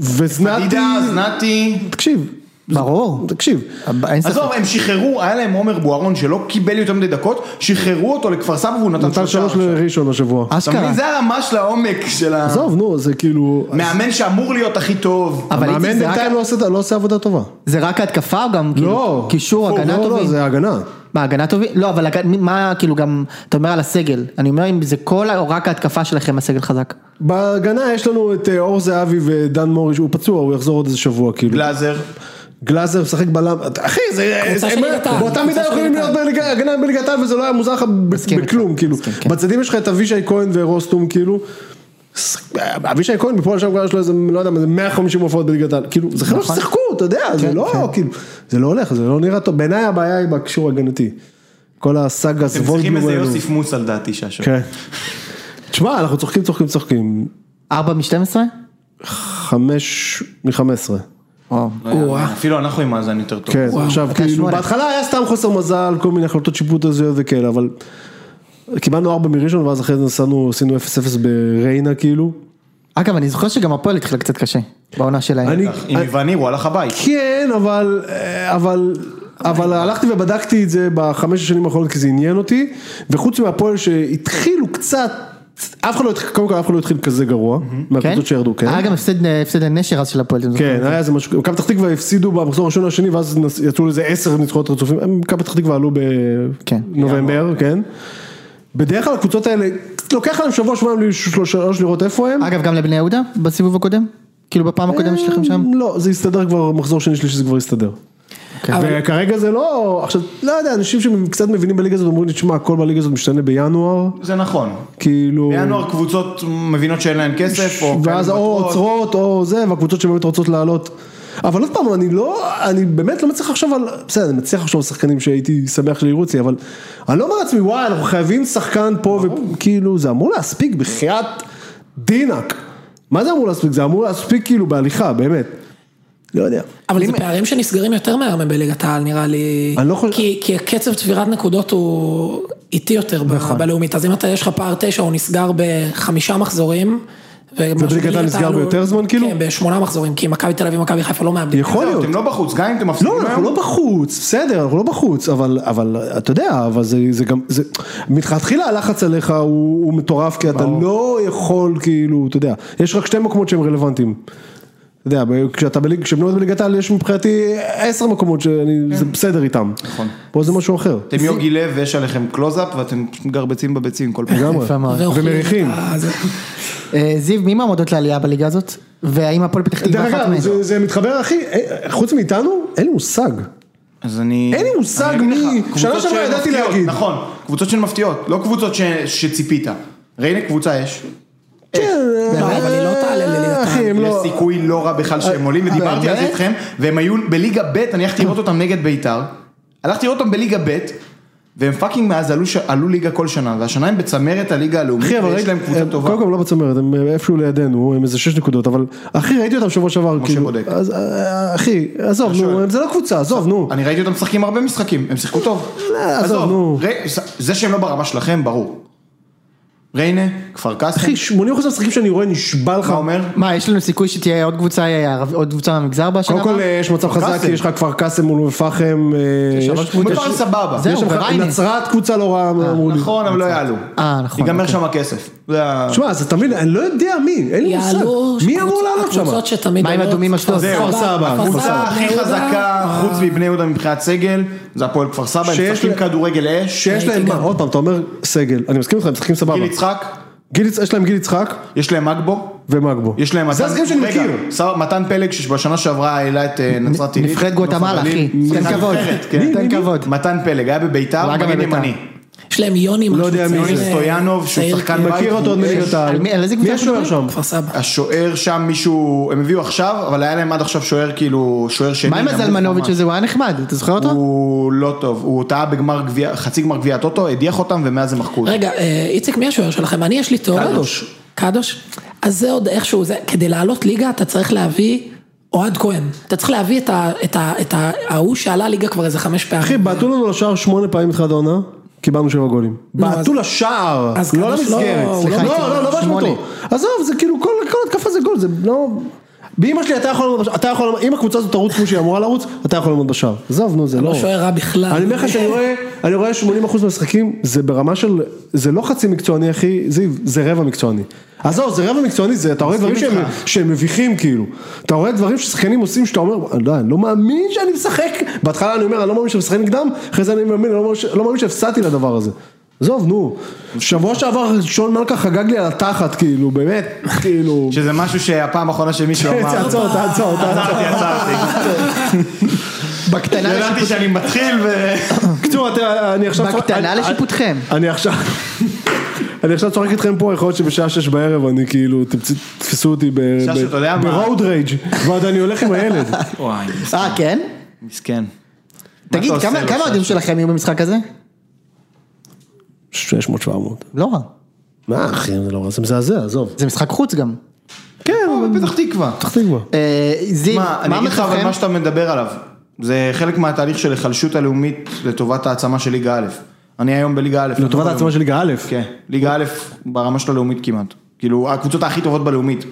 וזנתי, עתידה, זנתי, תקשיב, ברור. תקשיב, אבל אין ספק. עזוב, הם שחררו, היה להם עומר בוארון שלא קיבל יותר מדי דקות, שחררו אותו לכפר סבא והוא נתן נתן שלוש עכשיו. לראשון השבוע. אתה מבין, אשכרה. זה הרמה של העומק של ה... עזוב, נו, זה כאילו... מאמן שאמור להיות הכי טוב. אבל איציק, המאמן זה רק- בינתיים לא עושה- לא עושה עבודה טובה. זה רק ההתקפה או גם כאילו לא. קישור, לא, הגנה לא, לא, טובים? זה הגנה. מה, הגנה טובים? לא, אבל הג- מה כאילו גם, אתה אומר על הסגל. אני אומר אם זה כל ה- או רק ההתקפה שלכם הסגל חזק. בהגנה יש לנו את אה, אור זהבי ודן מוריש, הוא פצוע, הוא יחזור עוד איזה שבוע, כאילו. גלאזר. גלאזר משחק בלם, אחי, זה... קבוצה זה- של ליגת באותה העל, קבוצה מידה של יכולים ליגת להיות בליגה- הגנה בליגת העל וזה לא היה מוזר לך ב- מסכים בכלום, איתך, כאילו. מסכים, כן. בצדדים יש לך את אבישי כהן ורוסטום, כאילו. ס- אבישי כהן מפה לשם כבר יש לו איזה, לא יודע מה, זה 150 הופעות בליגת העל, כאילו, זה חבר'ה ששיחקו, אתה יודע, זה לא, כאילו, זה לא הולך, זה לא נראה טוב, בעיניי הבעיה היא בקישור הגנתי. כל הסאגה, אתם זוולדלו צריכים איזה האלו. יוסיף מוס על דעתי שהשם. כן. תשמע, אנחנו צוחקים, צוחקים, צוחקים. ארבע משתים עשרה? חמש מחמש עשרה. וואו. וואה. לא אפילו אנחנו עם מאזן יותר טוב. כן, עכשיו אתה כאילו, שמונה. בהתחלה היה סתם חוסר מזל, כל מיני החלטות שיפוט הזויות וכאלה, אבל קיבלנו ארבע מראשון ואז אחרי זה נסענו, עשינו 0-0 בריינה כאילו. אגב, אני זוכר שגם הפועל התחילה קצת קשה, בעונה שלהם. אני, עם איווניר הוא הלך הבית. כן, אבל, אה, אבל, אבל הלכתי ובדקתי את זה בחמש השנים האחרונות כי זה עניין אותי, וחוץ מהפועל שהתחילו קצת, אף אחד לא התחיל, קודם כל אף אחד לא התחיל כזה גרוע, מהקבוצות שירדו, כן. היה גם הפסד אה, הפסד הנשר אז של הפועל. אתם זוכרים? כן, היה איזה משהו, מכבי פתח תקווה הפסידו במחזור הראשון השני ואז נס- יצאו לזה עשר ניצחונות רצופים, הם- מכבי פתח תקווה עלו כן. בנובמבר, כן. בדרך כלל הקבוצות האלה, לוקח להם שבוע שבועיים שלוש לראות איפה הם. אגב, גם לבני יהודה, בסיבוב הקודם? כאילו בפעם הקודמת שלכם שם? לא, זה הסתדר כבר, מחזור שני שלישי זה כבר הסתדר. אוקיי. אבל- וכרגע זה לא, עכשיו, לא יודע, אנשים שקצת מבינים בליגה הזאת אומרים לי, תשמע, הכל בליגה הזאת משתנה בינואר, זה נכון. כאילו... בינואר קבוצות מבינות שאין להן כסף, או ואז כאלה או מוותרות. עוצרות או זה, והקבוצות שבאמת רוצות לעלות. אבל עוד פעם, אני לא, אני באמת לא מצליח לחשוב על, בסדר, אני מצליח לחשוב על שחקנים שהייתי שמח שיראו אותי, אבל אני לא אומר לעצמי, וואי, אנחנו חייבים שחקן פה, וכאילו, זה אמור להספיק בחייאת דינק. מה זה אמור להספיק? זה אמור להספיק כאילו בהליכה, באמת. לא יודע. אבל זה פערים שנסגרים יותר מהר מבליגת העל נראה לי. אני לא חושב- כי, כי הקצב צבירת נקודות הוא איטי יותר ב- בלאומית, אז אם אתה יש לך פער תשע הוא נסגר בחמישה מחזורים. ומשהו ובליגת העל נסגר הוא- ביותר זמן, כאילו? כן, בשמונה מחזורים, כי מכבי תל אביב ומכבי חיפה לא מאבדים. יכול זהו, להיות. אתם לא בחוץ, גם אם אתם מפסידים לא, אנחנו לא בחוץ, בסדר, אנחנו לא בחוץ, אבל, אבל אתה יודע, אבל זה, זה גם, זה, מתחילה הלחץ עליך הוא, הוא מטורף, כי אתה לא יכול, כאילו, אתה יודע, יש רק שתי מקומות שהם רלוונטיים. אתה יודע, ב- כשאתה בליג, כשבני יהודה בליגת העל יש מבחינתי עשר מקומות שזה בסדר איתם. נכון. פה זה משהו אחר. אתם יוגי לב ויש עליכם קלוזאפ ואתם פשוט מגרבצים בביצים כל פעם. לגמרי. יפה מאוד. ואוכלים ומריחים. את ה- זה- אה, זיו, מי מעמדות לעלייה בליגה הזאת? והאם הפועל פתח תקווה דרך אחת אגב, מהן? זה, זה מתחבר, אחי, אה, חוץ מאיתנו, אין לי מושג. אז אני... אין לי מושג אני אגיד מי- לך, שנה קבוצות שעברה שהן ידעתי מפתיעות, להגיד. נכון, קבוצות שהן מפתיעות, לא קבוצות ש- שציפית. ריינה קבוצה יש. כן, לא, אבל היא לא תעלה לליגת העל. אחי, הם יש לא... סיכוי לא רע בכלל שהם עולים, ודיברתי על זה באמת? איתכם, והם היו בליגה ב', אני הלכתי לראות אותם נגד ביתר, הלכתי לראות אותם בליגה ב', והם פאקינג מאז עלו ש- עלו ליגה כל שנה, והשנה הם בצמרת הליגה הלאומית, אחי, אבל ויש ראיתי, להם קבוצה הם- טובה. קודם כל הם לא בצמרת, הם אה, איפשהו לידינו, הם איזה שש נקודות, אבל אחי ראיתי אותם שבוע שעבר, משה כאילו, בודק. אז, אה, אחי, עזוב, שואל. נו, הם- זה לא קבוצה, עזוב, נו, אני ראיתי אותם משחקים הרבה משחקים, הם שיחקו טוב. לא, עזוב, נו. ר- זה שהם לא ברמה שלכם, ברור. ריינה, כפר קאסם, אחי, 80% מהשחקים שאני רואה נשבע לך, מה אומר? מה, יש לנו סיכוי שתהיה עוד קבוצה אה, ערב- עוד קבוצה מהמגזר בשנה? קודם כל הבאה? אה, יש מצב חזק, קאסם. כי יש לך כפר קאסם מול אום אל-פחם, אה, יש- שלוש אום קבוצות. אל-פחם סבבה. זהו, יש לך- וריינה. נצרת קבוצה לא רעה, אמרו לי, נכון, הם לא יעלו. אה, נכון, ייגמר אוקיי. שם הכסף. זה ה- שמע, אז אתה מבין, אני לא יודע מי, אין לי מושג, יעלו, מי אמור הקבוצות- לעלות שם? הקבוצות שתמיד מה עם עולות, אדומים אשדוד? כפר זהו, סבא, כפר כפר הקבוצה אה, סבא, הכי בני יהודה. חזקה, חוץ מבני יהודה מבחינת סגל, זה הפועל כפר סבא, הם שיש משחקים לה- כדורגל אש, שיש להם, הייתי מה, גם. עוד פעם, אתה אומר סגל, אני מסכים איתך, הם משחקים סבבה, גיל יצחק, גיל יצ- יש להם גיל יצחק יש להם אגבו, ומגבו, יש להם זה הסגל שאני רגע, מכיר, שר- מתן פלג שבשנה שעברה העלה את אה, נצרת עילית, נבחרת גואטמלה, נוף הגליל. אחי. תן שחקן כבוד. נבחרת, כן. מי, תן מי, מי? כבוד. מתן פלג, היה בביתר, הוא היה גם מגן בביתר. ימני. יש להם יוני, משהו לא יודע מי צעיר, זה. אה, סטויאנוב, שהוא צעיר, שחקן כן, בית. מכיר אותו עוד מליגת העל, על מי- על איזה מי קבוצה אנחנו השוער שם? כפר סבא. השוער שם מישהו, הם הביאו עכשיו, אבל היה להם עד עכשיו שוער כאילו, שוער שני. מה עם נמוך הזלמנוביץ' ממש. הזה? הוא היה נחמד, אתה זוכר אותו? הוא לא טוב, הוא טעה בגמר גביע, חצי גמר גביע הטוטו, הדיח אותם ומאז הם מחקו אותו. רגע, אה, איציק, מי השוער שלכם? אני, יש לי תיאוריה. קדוש. קדוש? אז זה עוד איכשהו, זה, כדי לעלות ליגה אתה צריך להביא אוהד כהן. אתה צריך להביא את ה- את ה- את ה- ההוא שעלה ליגה כבר איזה חמש פעמים. אחי, בעטו לנו לשער שמונה פעמים מתחילת העונה, קיבלנו שבע גולים. בעטו לשער, אז לא קדוש לא- למסגרת. הוא סליחה, לא- לא, לא, לא באשמתו. שמונה. עזוב, זה כאילו, כל כל התקפה זה גול, זה לא... באמא שלי אתה יכול, אתה יכול, אם הקבוצה הזאת תרוץ כמו שהיא אמורה לרוץ, אתה יכול לעמוד בשער. עזוב, נו, זה לא... לא שוער רע בכלל. אני אומר לך שאני רואה, אני רואה 80% מהמשחקים, זה ברמה של, זה לא חצי מקצועני אחי, זיו, זה רבע מקצועני. עזוב, זה רבע מקצועני, זה, אתה רואה דברים שהם, שהם מביכים כאילו. אתה רואה דברים ששחקנים עושים שאתה אומר, "אני לא, אני לא מאמין שאני משחק. בהתחלה אני אומר, אני לא מאמין שאני משחק נגדם, אחרי זה אני מאמין, אני לא מאמין, ש- לא מאמין שהפסדתי לדבר הזה. עזוב, נו. שבוע שעבר שון מלכה חגג לי על התחת, כאילו, באמת, (laughs) כאילו. שזה משהו שהפעם האחרונה שמישהו אמר. (laughs) תעצור, תעצור, תעצור. עצרתי, עצרתי. בקטנה ידעתי שאני מתחיל ו... בקיצור, אתה- אני עכשיו... צוחק- בקטנה אני- לשיפוטכם. אני עכשיו... אני עכשיו צוחק איתכם פה, יכול להיות שבשעה שש בערב אני כאילו, תמצא- תתפסו אותי ב- שש, ב- אתה יודע מה? ברוד רייג', ועוד אני הולך עם הילד. וואי, אה, כן? מסכן. תגיד, אתה עושה כמה- לו כמה עכשיו? אוהדים שלכם יהיו במשחק הזה? 600-700. לא רע. מה אחי, זה לא רע, זה מזעזע, עזוב. זה משחק חוץ גם. כן, אבל פתח תקווה. פתח תקווה. אה, זיו, מה, אני מה אגיד לך אבל מצבכם? מה שאתה מדבר עליו. זה חלק מהתהליך של היחלשות הלאומית לטובת העצמה של ליגה א'. אני היום בליגה א'. אני לטובת לא העצמה של ליגה א'. כן, ליגה א' ברמה של הלאומית כמעט. כאילו, הקבוצות הכי טובות בלאומית.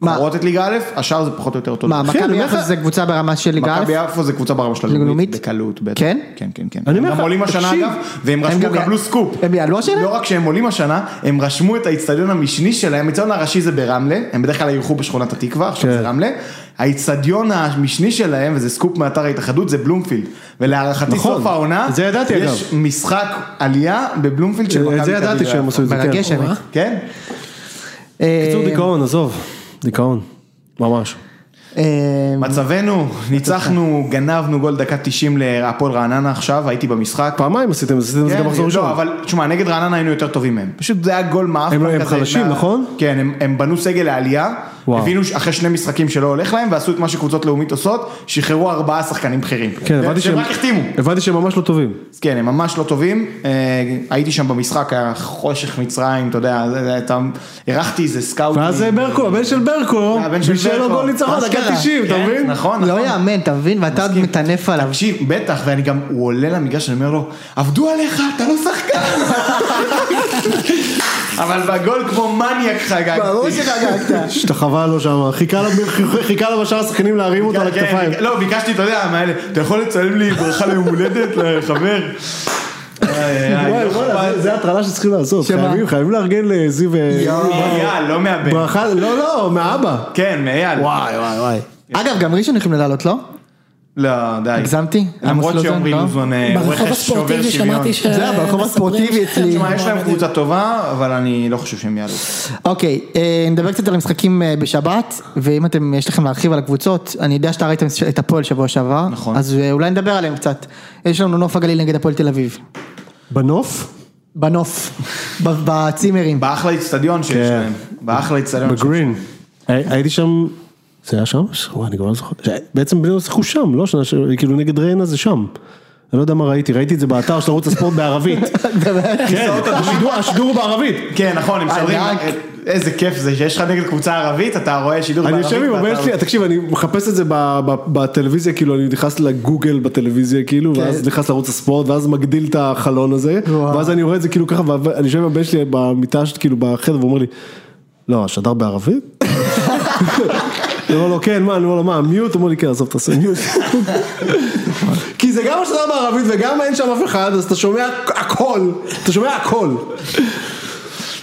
מה? קוראות את ליגה א', השאר זה פחות או יותר אותו מה, דבר. כן, אחי, אני מכבי אומר לך- יפו זה קבוצה ברמה של ליגה א'? מכבי יפו זה קבוצה ברמה של ליגה הלאומית. לאומית? בקלות, בטח. כן? כן, כן, כן. אני הם אומר גם לך, עולים השנה תקשיב. אגב, והם הם רשמו, גם- קבלו סקופ. הם יעלו השנה? לא רק שהם עולים השנה, הם רשמו את האיצטדיון המשני שלהם, האיצטדיון הראשי זה ברמלה, הם בדרך כלל אירחו בשכונת התקווה, כן. עכשיו זה רמלה. האיצטדיון המשני שלהם, וזה סקופ מאתר ההתאחדות, זה בלומפילד. ולהערכתי נכון. סוף העונה, זה ידעתי, יש משחק עלייה בבלומפילד של מכבי את זה ידעתי תל אביב. שהם עשו את זה, מרגש כן. האמת. כן? אה, קיצור דיכאון, עזוב. דיכאון. ממש. אה, מצבנו, ניצחנו, גנבנו גול דקה 90 להפועל רעננה עכשיו, הייתי במשחק. פעמיים עשיתם את זה, עשיתם את זה גם כן, מחזור לא, ראשון. אבל תשמע, נגד רעננה היינו יותר טובים מהם. פשוט זה היה גול מאף הם- לא- פעם הם כזה חלשים, נכון? כן, הם, הם בנו סגל לעלייה, וואו. הבינו ש- אחרי שני משחקים שלא הולך להם, ועשו את מה שקבוצות לאומית עושות, שחררו ארבעה שחקנים בכירים. כן, הבנתי שהם שהם... רק החתימו. הבנתי שהם ממש לא טובים. אז כן, הם ממש לא טובים. אה, הייתי שם במשחק, היה חושך מצרים, אתה יודע, זה- זה- אתה- אירחתי איזה סקאוט. ואז אה, ברקו, הבן של ברקו, הבן של בישל לו ברקו. גול ניצחון, דקה אשכרה. 90, אתה כן, מבין? נכון, לא נכון. יאמן, אתה מבין? ואתה עוד מטנף עליו. תקשיב, בטח, ואני גם, הוא עולה למגרש, אני אומר לו, עבדו עליך, אתה לא שחקן. (laughs) אבל בגול כמו מניאק חגגתי. ברור שחגגת. השתחווה לו שם, חיכה לו- חיכה לו בשאר השחקנים להרים אותו על כן, הכתפיים. לא, ביקשתי, אתה יודע, מה אלה, אתה יכול לצלם לי ברכה ליום הולדת, לחבר? איי, איי, וואי, לא וואלה, חבל. זה- זה הטרלה שצריכים לעשות, שמה? חייבים, חייבים לארגן לזיו אה, אייל, לא מהבן. ברכה, לא, לא, מאבא. כן, מאייל. וואי, וואי, וואי. אגב, גם ראשון יכולים לעלות, לא? לא, די. הגזמתי? למרות עמוס לוזון, שאומרים לא? לוזון אה, הוא ברחוב רכש שובר הספורטיבי שוויון. שמעתי ש... זהו, ברחוב הספורטיבי אצלי. תשמע, יש להם קבוצה טובה, אבל אני לא חושב שהם יעלו. אוקיי, אה, נדבר קצת על המשחקים אה, בשבת, ואם אתם, יש לכם להרחיב על הקבוצות, אני יודע שאתה ראית את הפועל שבוע שעבר, נכון. אז אה, אולי נדבר עליהם קצת. יש לנו נוף הגליל נגד הפועל תל אביב. בנוף? (laughs) בנוף, ב- בצימרים. באחלה איצטדיון שיש כן. להם. באחלה איצטדיון. בגרין. הי- הייתי שם, זה היה שם? וואי, אני כבר לא זוכר. ש- בעצם בני יהודה שיחקו שם, לא שנה, ש- כאילו נגד ריינה זה שם. אני לא יודע מה ראיתי, ראיתי את זה באתר של ערוץ הספורט (laughs) בערבית. כן, השידור- השידור בערבית. כן, נכון, הם אה, שרים. ענק. איזה כיף זה שיש לך נגד קבוצה ערבית, אתה רואה שידור אני בערבית. יושב עם הבן ואתה- שלי, תקשיב, אני מחפש את זה ב- ב- בטלוויזיה, כאילו, אני נכנס לגוגל בטלוויזיה, כאילו, כן. ואז נכנס לערוץ הספורט, ואז מגדיל את החלון הזה, וואו. ואז אני רואה את זה כאילו ככה, ואני יושב עם הבן שלי במיטה, ש- כאילו, בחדר, והוא אומר לי, לא, שדר בערבית? (laughs) אני אומר לו, כן, מה, אני אומר לו, מה, מיוט? הוא אומר לי, כן, עזוב, תעשה מיוט. (laughs) כי זה גם השדר בערבית וגם אין שם אף אחד, אז אתה שומע הכל, אתה שומע הכל.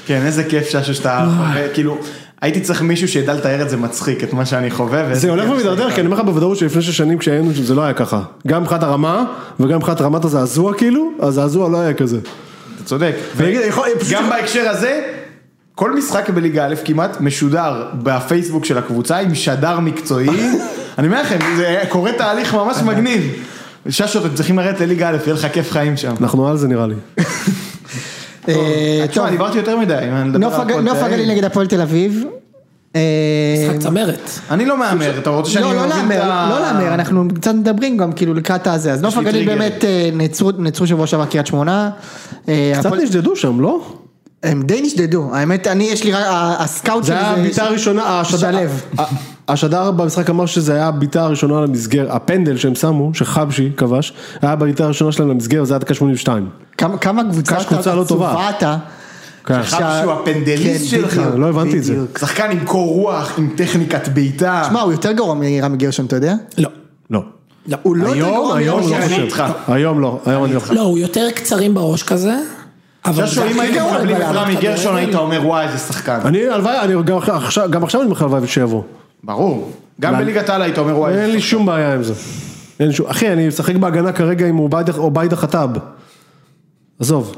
כן, איזה כיף ששו שאתה חווה, כאילו, הייתי צריך מישהו שידע לתאר את זה מצחיק, את מה שאני חווה. ואיזה זה הולך כיף ומתדרדר, כן. כי אני אומר לך בוודאות שלפני שש שנים כשהיינו שם זה לא היה ככה. גם מבחינת הרמה, וגם מבחינת רמת הזעזוע כאילו, הזעזוע לא היה כזה. אתה צודק. ונגיד, יכול- פשוט- גם בהקשר הזה, כל משחק בליגה א' כמעט משודר בפייסבוק של הקבוצה עם שדר (laughs) מקצועי. אני אומר לכם, זה קורה תהליך ממש מגניב. ששו, אתם צריכים לרדת לליגה א', יהיה לך כיף חיים שם. אנחנו על זה נראה לי. נכון. אה, טוב, תשמע, דיברתי יותר מדי. אם אני מדבר נוף על הג- הכל נוף תל אביב. הגליל נגד הפועל תל אביב. אה, משחק צמרת. אני לא מהמר, אתה רוצה שאני לא, לא מבין את להמר, ה- לא להמר, אנחנו קצת מדברים גם כאילו לקראת הזה, אז נוף לי הגליל טריגר. באמת אה, נעצרו- נעצרו שבוע שעבר קריית שמונה. אה, קצת הפועל- נשדדו שם, לא? הם די נשדדו, האמת, אני יש לי רק, ה- הסקאוט שלי זה היה הבעיטה הראשונה, השדר- שלו. ה- השדר במשחק אמר שזה היה הבעיטה הראשונה למסגרת, הפנדל שהם שמו, שחבשי כבש, היה הבעיטה הראשונה שלהם למסגרת, זה היה דקה 82. כמה- כמה קבוצה קש קבוצה לא טובה. עצובה אתה. כן. חבשי הוא הפנדליסט כן, שלך. בדיוק, לא הבנתי את זה. בדיוק. שחקן עם קור רוח, עם טכניקת בעיטה. שמע, הוא יותר גרוע מרמי גרשון, אתה יודע? לא. לא. הוא לא יותר היום, גרוע היום מרמי לא אני חושב. איתך. היום לא, היום אני לא חושב. לא, הוא יותר קצרים בראש כזה. אבל ששו, זה אם הכי היית גרוע מקבלים את בלעלות רמי כדורגל. גרשון, היית אומר וואי, איזה שחקן. אני, הלוואי, אני גם עכשיו, גם עכשיו אני אומר לך הלוואי שיבוא. ברור. גם בליגת העל היית אומר וואי. אין לי שום בעיה עם זה. אין שום, אחי, אני משחק בהגנה כרגע עם עוביידה עוביידה חטאב. עזוב.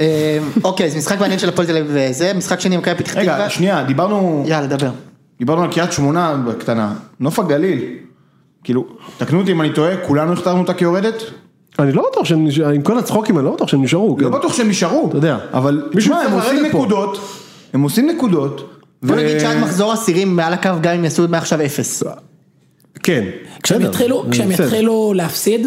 אה, אוקיי, זה משחק מעניין של הפועל תל אביב, אה, זה משחק שני מכבי פתח תקווה. רגע, שנייה, דיברנו יאללה, דבר. דיברנו על קריית שמונה בקטנה. נוף הגליל. כאילו, תקנו אותי אם אני טועה, כולנו הכתרנו אותה כיורדת? אני לא בטוח שהם נשארו, עם כל הצחוקים, אני לא בטוח שהם נשארו. לא כן. בטוח שהם נשארו. אתה יודע. אבל, מישהו תשמע, הם צריך עושים לרדת פה. נקודות. הם עושים נקודות. בוא ו- נגיד שעד מחזור עשירים מעל הקו, גם אם יעשו מעכשיו אפס. כן. כשהם בסדר. יתחילו- כשהם נכון, בסדר. יתחילו להפסיד,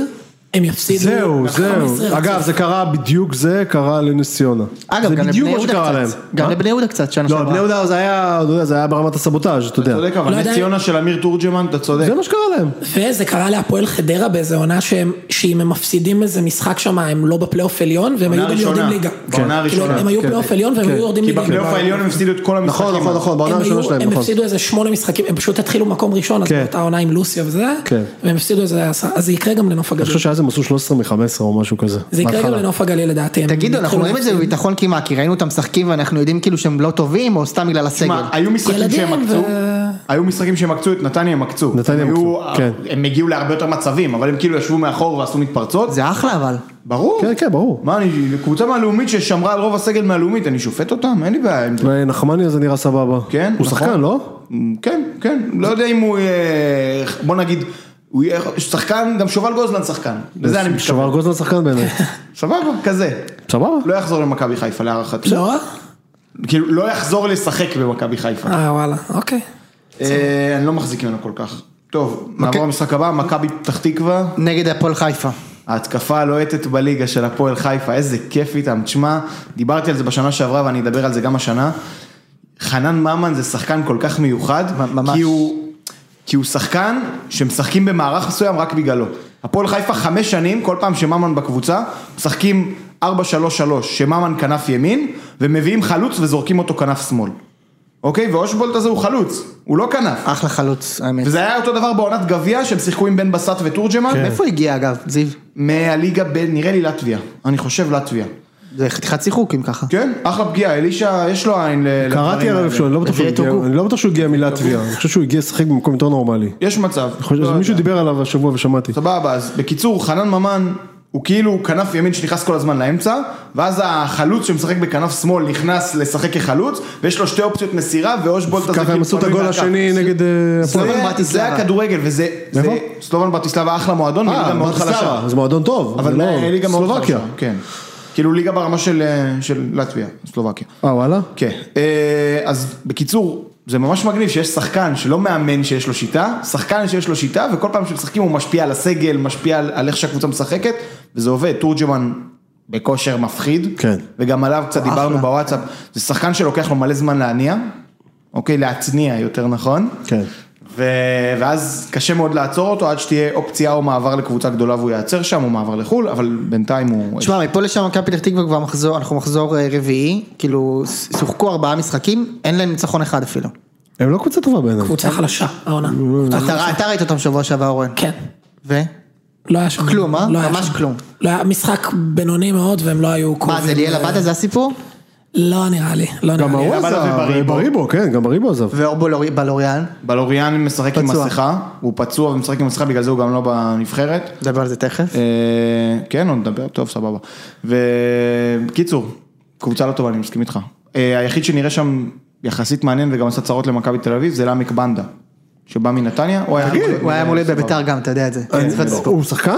הם יפסידו. זהו, 15 זהו. רצוף. אגב, זה קרה בדיוק זה, קרה לנס ציונה. אגב, זה גם בדיוק לבני מה שקרה יהודה להם. קצת. גם מה? לבני אה? יהודה קצת שנה לא, שעברה. בני יהודה זה היה, אתה יודע, זה היה ברמת הסבוטאג', אתה אתה יודע. צודק, לא אבל נס יודע. ציונה של אמיר תורג'מן, אתה צודק. זה מה שקרה להם. וזה קרה להפועל חדרה באיזה עונה שהם, שאם הם מפסידים איזה משחק שם, הם לא בפלייאוף עליון, והם היו בעונה גם יורדים הראשונה. ליגה. בעונה כאילו, הראשונה. הם היו כן. פלייאוף עליון והם כן. היו יורדים כי ליגה. בפלייאוף העליון הם הפסידו את כל המשחקים. נכון, נכון, נכון, בעונה הם הראשונה היו- שלהם, הם נכון. הפסידו איזה שמונה משחקים, הם פשוט התחילו מקום ראשון, אז כן. באותה עונה עם לוסיה וזה, כן. והם הפסידו איזה עשרה, אז זה יקרה גם לנוף אני הגליל. חושב שאז הם עשו 13 מ-15 או משהו כזה. זה יקרה גם בהתחלה. לנוף הגליל לדעתי. הם תגידו, אנחנו יתחילו רואים את זה להפסיד. בביטחון כמעט, כי ראינו אותם משחקים ואנחנו יודעים כאילו שהם לא טובים, או סתם בגלל הסגל. מה, היו משחקים ילדים שהם עקצו, ו- היו משחקים שהם עקצו, את נתניה הם עקצו. נתניה הם הם היו- עקצו, כן. הם הגיעו להרבה יותר מצבים, אבל הם כאילו ישבו מאחור ועשו מתפרצות. זה אחלה אבל. ברור. כן, כן, ברור. מה, אני קבוצה מהלאומית ששמרה על רוב הסגל מהלאומית, אני שופט אותם? אין לי בעיה עם זה. נחמניה זה נראה סבבה. כן, הוא נכון. שחקן, לא? כן, כן, לא יודע אם הוא, אה, בוא נגיד, הוא יהיה שחקן, גם שובל גוזלן שחקן. לזה אני מתכוון. שובר גוזלן שחקן בעיניי. סבבה, כזה. סבבה? לא יחזור למכבי חיפה להערכתי. לא? כאילו, לא יחזור לשחק במכבי חיפה. אה וואלה, אוקיי. אה, אני לא מחזיק ממנו כל כך. טוב, נעבור למשחק הבא, מכבי פתח תקווה. נגד הפועל חיפה. ההתקפה הלוהטת בליגה של הפועל חיפה, איזה כיף איתם. תשמע, דיברתי על זה בשנה שעברה ואני אדבר על זה גם השנה. חנן ממן זה שחקן כל כך מיוחד, ממש. כי הוא, כי הוא שחקן שמשחקים במערך מסוים רק בגללו. הפועל חיפה חמש שנים, כל פעם שממן בקבוצה, משחקים 4-3-3, שממן כנף ימין, ומביאים חלוץ וזורקים אותו כנף שמאל. אוקיי? ואושבולט הזה הוא חלוץ, הוא לא כנף. אחלה חלוץ, האמת. וזה היה אותו דבר בעונת גביע, שהם שיחקו עם בן בסט ותורג'מן, כן. מאיפה הגיע אגב, זיו? מהליגה ב... נראה לי לטביה, אני חושב לטביה. זה חתיכת שיחוק אם ככה. כן, אחלה פגיעה, אלישע יש לו עין ל- לדברים קראתי עליו האלה. שהוא, אני לא בטוח שהוא וטוקו. הגיע- אני לא בטוח שהוא הגיע מלטביה. אני חושב שהוא הגיע לשחק במקום יותר נורמלי. יש מצב. אני חושב- לא אז מישהו יודע. דיבר עליו השבוע ושמעתי. סבבה, אז בקיצור, חנן ממן הוא כאילו כנף ימין שנכנס כל הזמן לאמצע, ואז החלוץ שמשחק בכנף שמאל נכנס לשחק כחלוץ, ויש לו שתי אופציות מסירה, ואושבולט הזה ככה הם כאילו עשו את פנוי הגול מהקו. השני נגד אה, זה- הפועל. זה ברטיסלבה. הכדורגל, וזה... זה- איפה? סלובן ברטיסלבה אחלה מועדון, אה, ליגה מאוד חלשה. ברטיסלבה, זה מועדון טוב. אבל זה לא- ליגה מאוד חלשה. סלובקיה. כן. כאילו ליגה ברמה של אה, של לטביה, סלובקיה. אה, וואלה? כן, אה, אז בקיצור, זה ממש מגניב שיש שחקן שלא מאמן שיש לו שיטה, שחקן שיש לו שיטה, וכל פעם שמשחקים הוא משפיע על הסגל, משפיע על, על איך שהקבוצה משחקת, וזה עובד, תורג'מן בכושר מפחיד, כן. וגם עליו קצת דיברנו בוואטסאפ, זה שחקן שלוקח לו מלא זמן להניע, אוקיי, להצניע יותר נכון, כן. ו... ואז קשה מאוד לעצור אותו עד שתהיה אופציה או מעבר לקבוצה גדולה והוא ייעצר שם, או מעבר לחו"ל, אבל בינתיים הוא... תשמע, מפה לשם מכבי פתח תקווה כבר מחזור, אנחנו מחזור אה, רביעי, כאילו ש- שוחקו ארבעה משחקים, אין להם ניצחון אחד אפילו. הם לא קבוצה טובה בעיניי. קבוצה חלשה, העונה. אתה רא- אתה ראית אותם שבוע שעבר אורן. כן. ו? לא היה שם. כלום, אה? לא היה ממש שם. כלום. לא היה משחק בינוני מאוד והם לא היו מה, זה ליאל עבדה זה הסיפור? לא נראה לי, לא גם נראה ההוא לי. אבל זה עזב, בריבו. בריבו, אה, כן, גם בריבו עזב. ואור בלורי- בלוריאן? בלוריאן משחק עם פצוע. מסכה, הוא פצוע ומשחק עם מסכה, בגלל זה הוא גם לא בנבחרת. נדבר על זה תכף. אה, כן, עוד נדבר, טוב, סבבה. ובקיצור, קבוצה לא טובה, אני מסכים איתך. אה, היחיד שנראה שם יחסית מעניין וגם עשה צרות למכבי תל אביב זה למיק בנדה, שבא מנתניה. הוא היה- הוא היה מולי בביתר גם, אתה יודע את זה. אני זוכר את הסיפור. לא. הוא שחקן?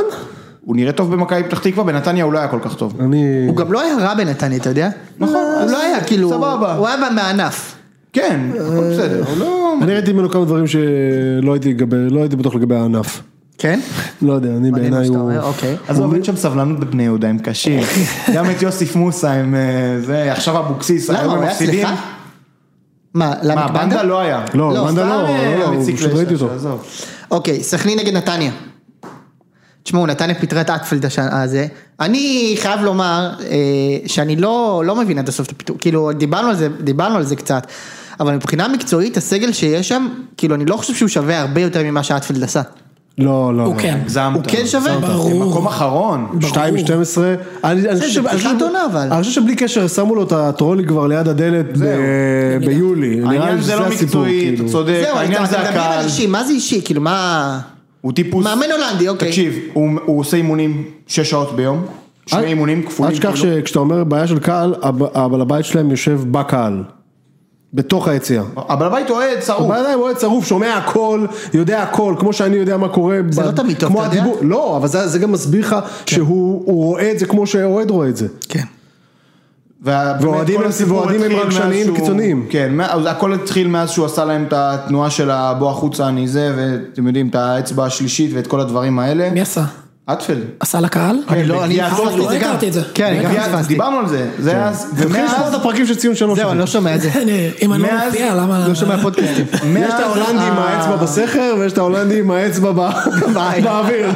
הוא נראה טוב במכבי פתח תקווה, בנתניה הוא לא היה כל כך טוב. אני... הוא גם לא היה רע בנתניה, אתה יודע? נכון, הוא אז לא היה, כאילו, סבבה. הוא היה מהענף. כן, הכל בסדר, הוא לא... אני ראיתי ממנו כמה דברים שלא הייתי לגבי- לא הייתי בטוח לגבי הענף. כן? לא יודע, אני מעניין מה בעיניי שאתה הוא... אומר, אוקיי. אז הוא עובד שם סבלנות בבני יהודה, הם קשים. (laughs) גם את יוסיף מוסא, הם אה, זה, עכשיו אבוקסיס, למה, היום הם הוא היה מפסידים. אצלך? מה, מה, למה בנדה לא היה. לא, לא, מנדה סתם, לא, אה, לא, לא, הוא מציק פשוט לאיש, ראיתי אותו. עזוב. אוקיי, סכנין נגד נתניה. תשמעו, נתניה פיטרה את אטפלד הש- הזה. אני חייב לומר אה, שאני לא, לא מבין עד הסוף את הפיטור, כאילו דיברנו על זה, דיברנו על זה קצת, אבל מבחינה מקצועית הסגל שיש שם, כאילו אני לא חושב שהוא שווה הרבה יותר ממה שאטפלד עשה. לא, לא. הוא לא. כן. הגזמת. הוא כן שווה? הגזמת. ברור. מקום אחרון. ברור. 2 מ-12, אני אני זה חושב אני פתיחת חושב- עונה, אבל. אני חושב שבלי קשר שמו לו את הטרולי כבר ליד הדלת ב- ביולי, נראה העניין לי זה שזה לא הסיפור, מקצועי, אתה כאילו. צודק, זהו, העניין אתה זה אתה מדבר על הקהל, אישי, מה זה אישי? כאילו מה... הוא טיפוס, מאמן הולנדי, אוקיי. תקשיב, הוא הוא עושה אימונים 6 שעות ביום, שני אימונים אל כפולים, תשכח כאילו. שכשאתה אומר בעיה של קהל, הב- הבעל הבית שלהם יושב בקהל, בתוך היציאה. אבל הבית אוהד, שרוף, הבעל הבית הוא אוהד שרוף, שומע הכל, יודע הכל, כמו שאני יודע מה קורה. זה ב- לא תמיד טוב, כמו אתה יודע? הדיבור- לא, אבל זה זה גם מסביר לך שהוא הוא רואה את זה כמו שהאוהד רואה את זה. כן. ובאמת ואוהדים כל הם- הסיפור ואוהדים הם התחיל רגשניים מאז שהוא- וקיצוניים. כן, מה- אז הכל התחיל מאז שהוא עשה להם את התנועה של הבוא החוצה אני זה, ואתם יודעים, את האצבע השלישית ואת כל הדברים האלה, מי עשה? אטפל. עשה לקהל? אני לא, אני בגביע פספסתי הטוטו. את זה לא גם. הכרתי את זה. כן, אני גם בגביע- פספסתי. דיברנו על זה, כן. זה היה, אז- תתחיל לשמוע את ומאז, הפרקים של ציון שלוש. זהו, אני לא שומע את זה. אני- אם אני לא מאז- מופיע, למה... לא שומע פודקאסטים. יש את ההולנדי עם אה. האצבע בסכר ויש את ההולנדי עם האצבע (laughs) ב- באוויר.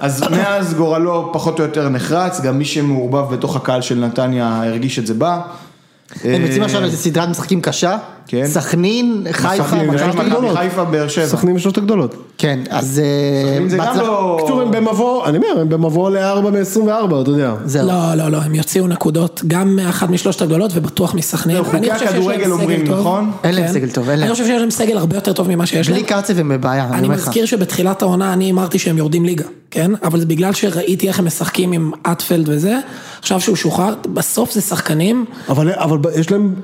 אז מאז גורלו פחות או יותר נחרץ, גם מי שמעורבב בתוך הקהל של נתניה הרגיש את זה בא. הם יוצאים עכשיו איזה סדרת משחקים קשה. אה, כן. סכנין, חיפה, סכנין, מכבי חיפה. תל מכבי אביב. גדולות. חיפה, באר שבע. סכנין בשלושת הגדולות. כן, אז... אה, אם זה גם בהצלחה. לא... בקיצור הם במבוא, אני אומר, הם במבוא לארבע מ-24, אתה יודע. זהו. לא, לא, לא, הם יוציאו נקודות גם מאחת משלושת הגדולות ובטוח מסכנין. זהו, חוקי אני חושב שיש להם הכדורגל סגל אומרים, טוב. נכון? אין להם כן. סגל טוב, אין להם. אני חושב שיש להם סגל הרבה יותר טוב ממה שיש להם. בלי קרצב הם בבעיה, אני אני אומר לך. מזכיר שבתחילת העונה אני אמרתי שהם יורדים ליגה, כן? אבל זה בגלל שראיתי איך הם משחקים עם אטפלד וזה, עכשיו שהוא שוחרר, בסוף זה שחקנים, אבל, אבל ב- יש להם,